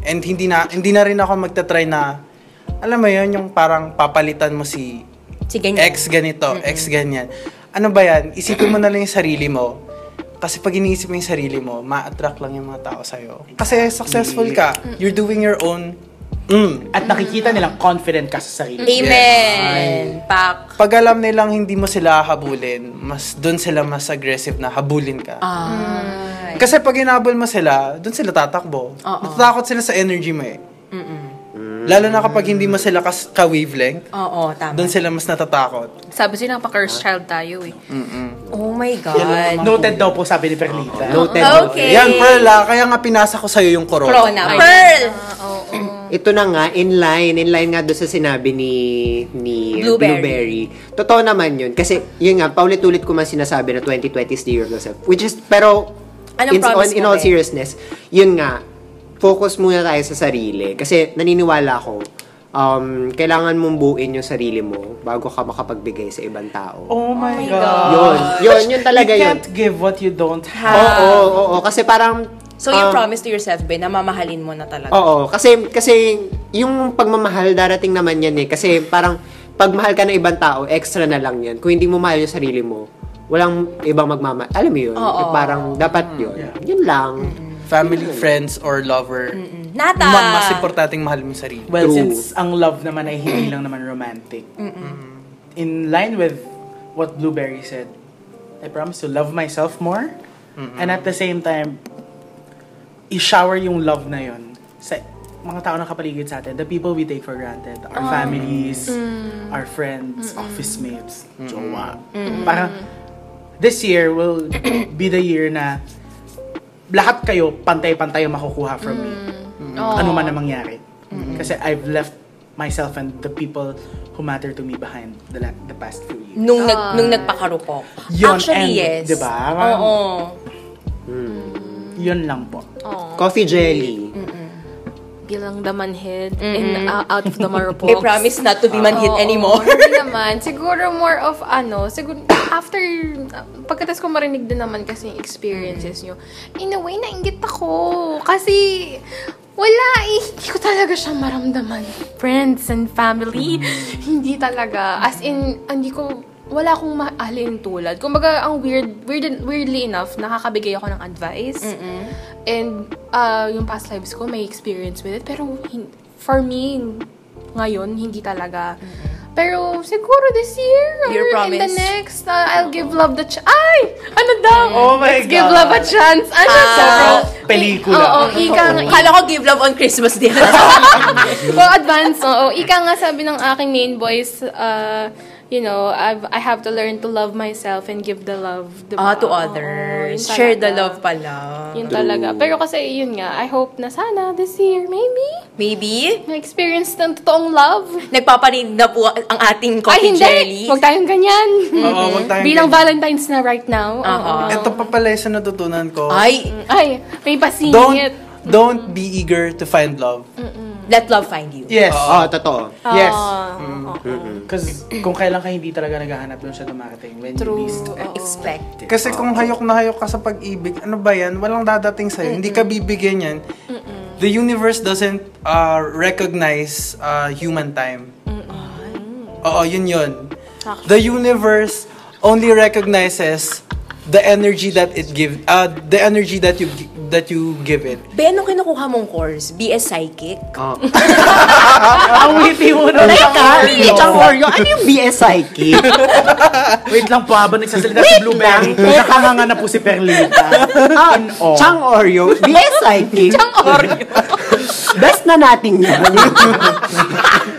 And hindi na, hindi na rin ako magta-try na, alam mo yun, yung parang papalitan mo si Si ganyan. ex ganito, ex ganyan. Ano ba yan? Isipin mo na lang yung sarili mo. Kasi pag iniisip mo yung sarili mo, ma-attract lang yung mga tao sa'yo. Kasi successful ka. You're doing your own. Mm. At nakikita nilang confident ka sa sarili. Amen. Pak. pag alam nilang hindi mo sila habulin, mas doon sila mas aggressive na habulin ka. Ah. Kasi pag hinabol mo sila, doon sila tatakbo. Natatakot sila sa energy mo eh. Lalo na kapag hindi mo sila kas- ka-wavelength, Oo, tama. doon sila mas natatakot. Sabi siya, napaka-cursed child tayo eh. Oh my God. Noted daw po sabi ni Perlita. Noted. Okay. Yan, Pearl ah, Kaya nga pinasa ko sa'yo yung corona. Corona. Pearl! Ito na nga, in line, in line nga doon sa sinabi ni, ni Blueberry. Blueberry. Totoo naman yun. Kasi, yun nga, paulit-ulit ko man sinasabi na 2020 is the year of the self. Which is, pero, Anong in, promise on- in mo, all Be? seriousness, yun nga, focus muna tayo sa sarili. Kasi, naniniwala ako, um, kailangan mong buuin yung sarili mo bago ka makapagbigay sa ibang tao. Oh my God. Yun, yun, yun talaga you yun. can't give what you don't have. Oo, oo, oo. Kasi parang, So, you um, promise to yourself, Ben, na mamahalin mo na talaga. Oo, kasi kasi yung pagmamahal darating naman yan eh. Kasi parang pagmahal ka ng ibang tao, extra na lang yan. Kung hindi mo mahal yung sarili mo, walang ibang magmamahal. Alam mo yun? Oo. Parang dapat yun. Yun lang. Family, friends, or lover. Nata! Ma- mas importanteng mahal mo yung sarili. Well, True. since ang love naman ay hindi lang naman romantic. In line with what Blueberry said, I promise to love myself more. And at the same time, i-shower yung love na yun sa mga tao na kapaligid sa atin, the people we take for granted, our families, our friends, office mates, jowa. Parang, this year will be the year na lahat kayo pantay-pantay ang makukuha from me Oo. ano man na mangyari. Mm. Kasi I've left myself and the people who matter to me behind the, la- the past few years. Nung, nag, Ah. nung nagpakarupok. Yun, Actually, and, yes. diba? Oo. Yun lang po. Oo. Coffee jelly. Bilang the manhead and uh, out of the I marupox. promise not to be manhit Ah, Oo, anymore. Hindi naman. Siguro more of ano, siguro after, pagkatapos ko marinig din naman kasi yung experiences Mm. nyo, in a way, nainggit ako. Kasi, wala eh. Hindi ko talaga siya maramdaman. Friends and Mm. family, hindi talaga. As in, hindi ko, wala akong maalin tulad. Kumbaga, ang weird, weird, weirdly enough, nakakabigay ako ng advice. And, uh, yung past lives ko, may experience with it. Pero, hin- for me, ngayon, hindi talaga. Pero siguro this year Your or in the promise. next, uh, I'll give love the chance. Ay! Ano daw? Oh my Let's give God. love a chance. Ano Ah. daw? pelikula. Oo, ika nga. Kala ko give love on Christmas din. well, advance. Oo, ika nga sabi ng aking main voice, uh, you know, I've, I have to learn to love myself and give the love. diba? Ah, to Oo, others. yun Share the talaga. love pala. Yun talaga. Pero kasi yun nga, I hope na sana this year, maybe, Maybe, may experience ng totoong love. nagpaparinig na po ang ating Ay, coffee hindi! jelly. Huwag tayong ganyan. Oo, wag tayong Bilang ganyan. Valentine's na right now. Oo. oo. Ito pa pala yung sa natutunan ko. Ay, Ay, may don't, pasingit. don't be eager to find love. let love find you. Yes. Oo, totoo. yes. Mm. Oo. Because kung kailan ka hindi talaga naghahanap doon siya dumarating. When True. you least Oo. Expect. Kasi kung hayok na hayok ka sa pag-ibig, ano ba yan? Walang dadating sa'yo. Hindi ka bibigyan yan. The universe doesn't uh, recognize uh, human time. Oo, yun yun. The universe only recognizes the energy that it give uh, the energy that you gi- that you give it. Be, anong kinukuha mong course? BS Psychic? Oo. Ang witty mo na Hindi, tsang Oreo. Ano yung BS psychic? Wait lang po habang nagsasalita si Blueberry. Nakanganga na po si Perlita. Ah, Oo. Chang Oreo. BS psychic. Chang Oreo. Best na natin yan.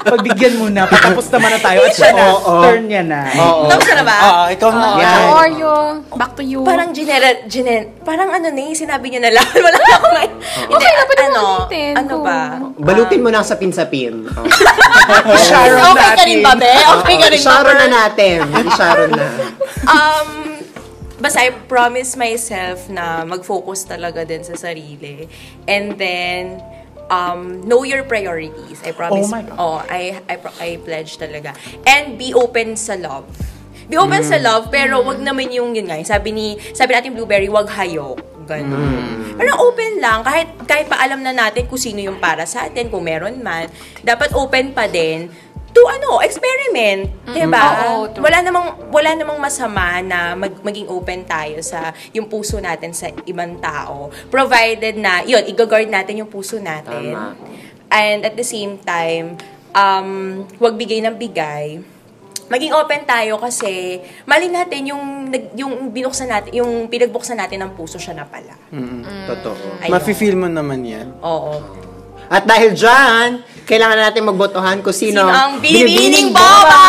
Pagbigyan muna. Patapos naman na tayo. At siya na. Oo. Turn niya na. Oo. Tapos na ba? Ah, ikaw na. Yan. Oreo, back to you. Parang general, gener, parang ano na eh, sinabi niya na lang. Wala na ako ngayon. Hindi, Okay, pwede mo ano, ulitin ano kung- ba? Balutin mo na sa Oh. sapin Oo. Sharon Okay ka rin ba, Be? Okay ka rin ba, Isharon na Be? natin. Isharon na. Um, basta I promise myself na mag-focus talaga din sa sarili. And then, um, know your priorities. I promise. Oh my God. Oh, I, I, pro- I pledge talaga. And be open sa love. Be open sa Mm. love, pero wag naman yung yun nga. yung Sabi ni, sabi natin Blueberry, wag hayok. Ganun. Mm. Pero open lang. Kahit, kahit pa alam na natin kung sino yung para sa atin, kung meron man, dapat open pa din to ano, experiment. Diba? Mm. Oo, true. wala namang wala namang masama na mag, maging open tayo sa yung puso natin sa ibang tao provided na yun i-guard natin yung puso natin Tama. and at the same time um wag bigay ng bigay maging open tayo kasi mali natin yung nag- yung binuksan natin yung pinagbuksan natin ng puso siya na pala Mm. Totoo. Ayun. Mafe-feel mo naman yan. oo At dahil dyan, kailangan natin magbotohan kung sino sino, ang binibining boba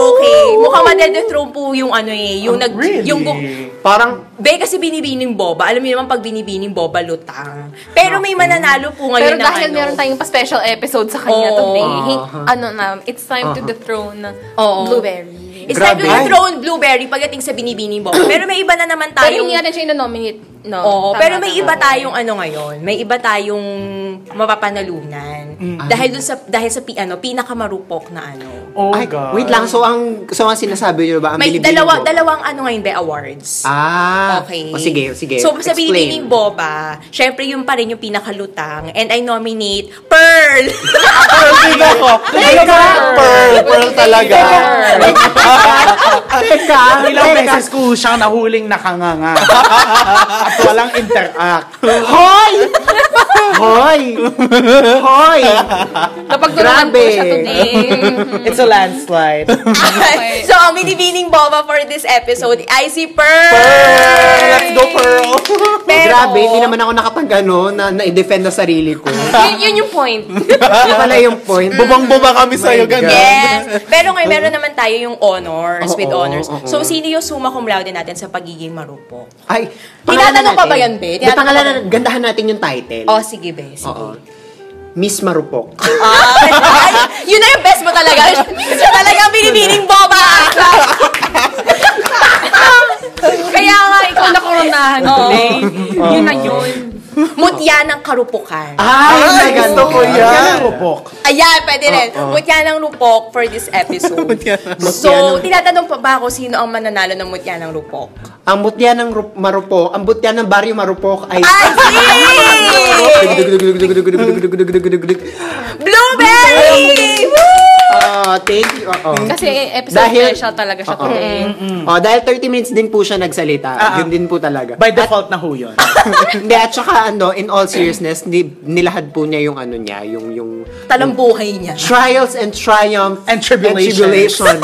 okay mukhang madedethrone po yung ano eh yung nag Really? yung gu- Parang, Be, kasi binibining boba. Alam niyo naman, pag binibining boba, lutang. Pero may mananalo po ngayon ng Pero dahil ano. meron tayong pa-special episode sa kanya Oo. today, he- Aha. ano na, it's time to dethrone Oo. Blueberry. It's like Grabe. yung throne blueberry pagdating sa binibining boba. Pero may iba na naman Pero tayong... hindi natin siya nominate no? Oo, Tama, pero may tama. iba tayong ano ngayon. May iba tayong mapapanalunan. Mm. Dahil dun sa dahil sa pi, ano, pinakamarupok na ano. Oh ay, God. wait lang. So, ang, so ang sinasabi nyo ba? Ang may binibining dalawa, boba? dalawang ano ngayon, be, awards. Ah. Okay. O sige, sige. So, sa Explain. binibining boba, syempre yung pa rin yung pinakalutang. And I nominate Pearl! Pearl, sige ako. Teka, Pearl. Pearl talaga. Ah, Teka, Ilang teka. beses ko siyang nahuling nakanganga. At walang interact. Hoy! Hoy! Hoy! Napagtulungan ko Grabe. siya today. Hmm. It's a landslide. so, ang binibining boba for this episode ay si Pearl! Let's go, Pearl! Pero, Grabe, hindi naman ako nakapagano na na-defend na sarili ko. yun, yun yung point. Yun pala yung point. Bubang-buba kami sa'yo, God. ganun. Yes. Pero ngayon, meron naman tayo yung honors, Oo, with honors. oo, oo. So, sino yung summa cum laude natin sa pagiging marupok? Ay, Tinatanong pa ba yan, Be? Be? Tinatanong pa Pangalanan, gandahan natin yung title. Oh, sige, be. Sige. Oo. Miss Marupok. Ah, ay, yun na yung best mo talaga. Siya talaga ang binibining boba! Kaya nga, ikaw na koronahan today. Yun na yun. Mutya ng karupukan. Ah, Ay, Ay, gusto ko yan. Rupok. Ayan, pwede rin. Mutya ng Lupok for this episode. so, tinatanong pa ba ako sino ang mananalo ng Mutya ng Lupok? Ang butya ng rup- marupok, ang butya ng baryo marupok ay... Ay! Blueberry! Woo! Ah, thank you. Oo. Kasi episode Dahil- special talaga siya Oo. today. Oh, dahil 30 minutes din po siya nagsalita. Ah, ah. Yun din po talaga. By default na ho yun. Hindi, at saka ano, in all seriousness, ni, nilahad po niya yung ano niya, yung, yung Talang buhay niya. trials and triumph And tribulations. tribulations.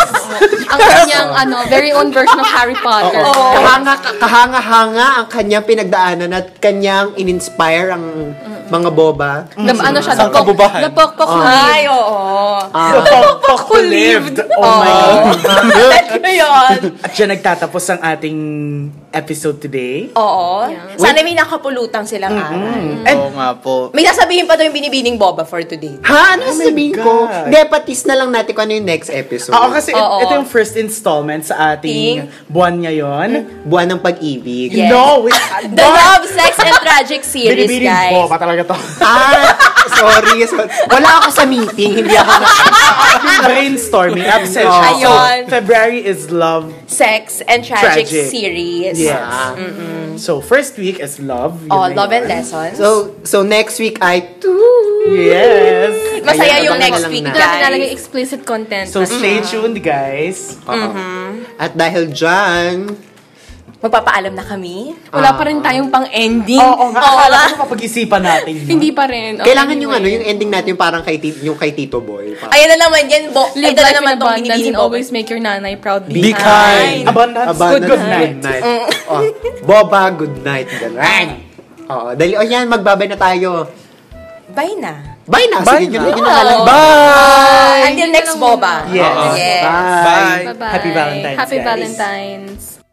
Ang kanyang ano, very own version of Harry Potter. Kahanga, kahanga-hanga ang kanyang pinagdaanan at kanyang in-inspire ang mga boba. The, ano siya, the Isang kabubahan. the pokpok na Ay, oo. The Pokpok who Ah. lived. Oh my God. Ayun. At dyan nagtatapos ang ating episode today. Oo. Sana may nakapulutang silang aral. And Oo nga po. May sasabihin pa to yung binibining boba for today. Ha? Ano sabihin Oh God. ko? Hindi, patis na lang natin kung ano yung next episode. Oo, kasi it- Oo. ito yung first installment sa ating buwan ngayon. Buwan ng pag-ibig. Yes. No, we, The Love, Sex, and Tragic series, Binibining guys. boba talaga to. Ah, sorry. So- Wala ako sa meeting. Hindi ako na... Brainstorming, absent. Oo. So, Ayun. February is love. Sex and Tragic, Tragic. series. Yes. So, first week is love. Yun Oh, na Love yun. and Lessons. So, so next week ay... Yes. Masaya Ayan, yung abangan next na lang week, natin. Grabe talaga guys. yung explicit content. So, stay Mm. tuned, guys. At dahil dyan, Magpapaalam na kami. Wala pa rin tayong pang-ending. Oo nga, Oo akala Oh, nga. ko mapag-isipan natin. yun. Hindi pa rin. Okay, kailangan yung ano, Oh, anyway. yung ending natin yung parang kay, Ti- yung kay Tito Boy. Parang- Ayan na naman yan, bo. Live Ito na life naman in itong abundance binibining and boba. always make your nanay proud. Be kind. Abundance, Abundance, good, good night. Oh, Boba, good night. Ganun. Oo, dali. O yan, magbabay na tayo. Bye na. Bye na. Bye Bye Sige, yun, na. yun na nga lang. Until next boba. Yes. Yes. Bye. Bye. Bye-bye. Happy Valentine's, Happy guys. Valentine's.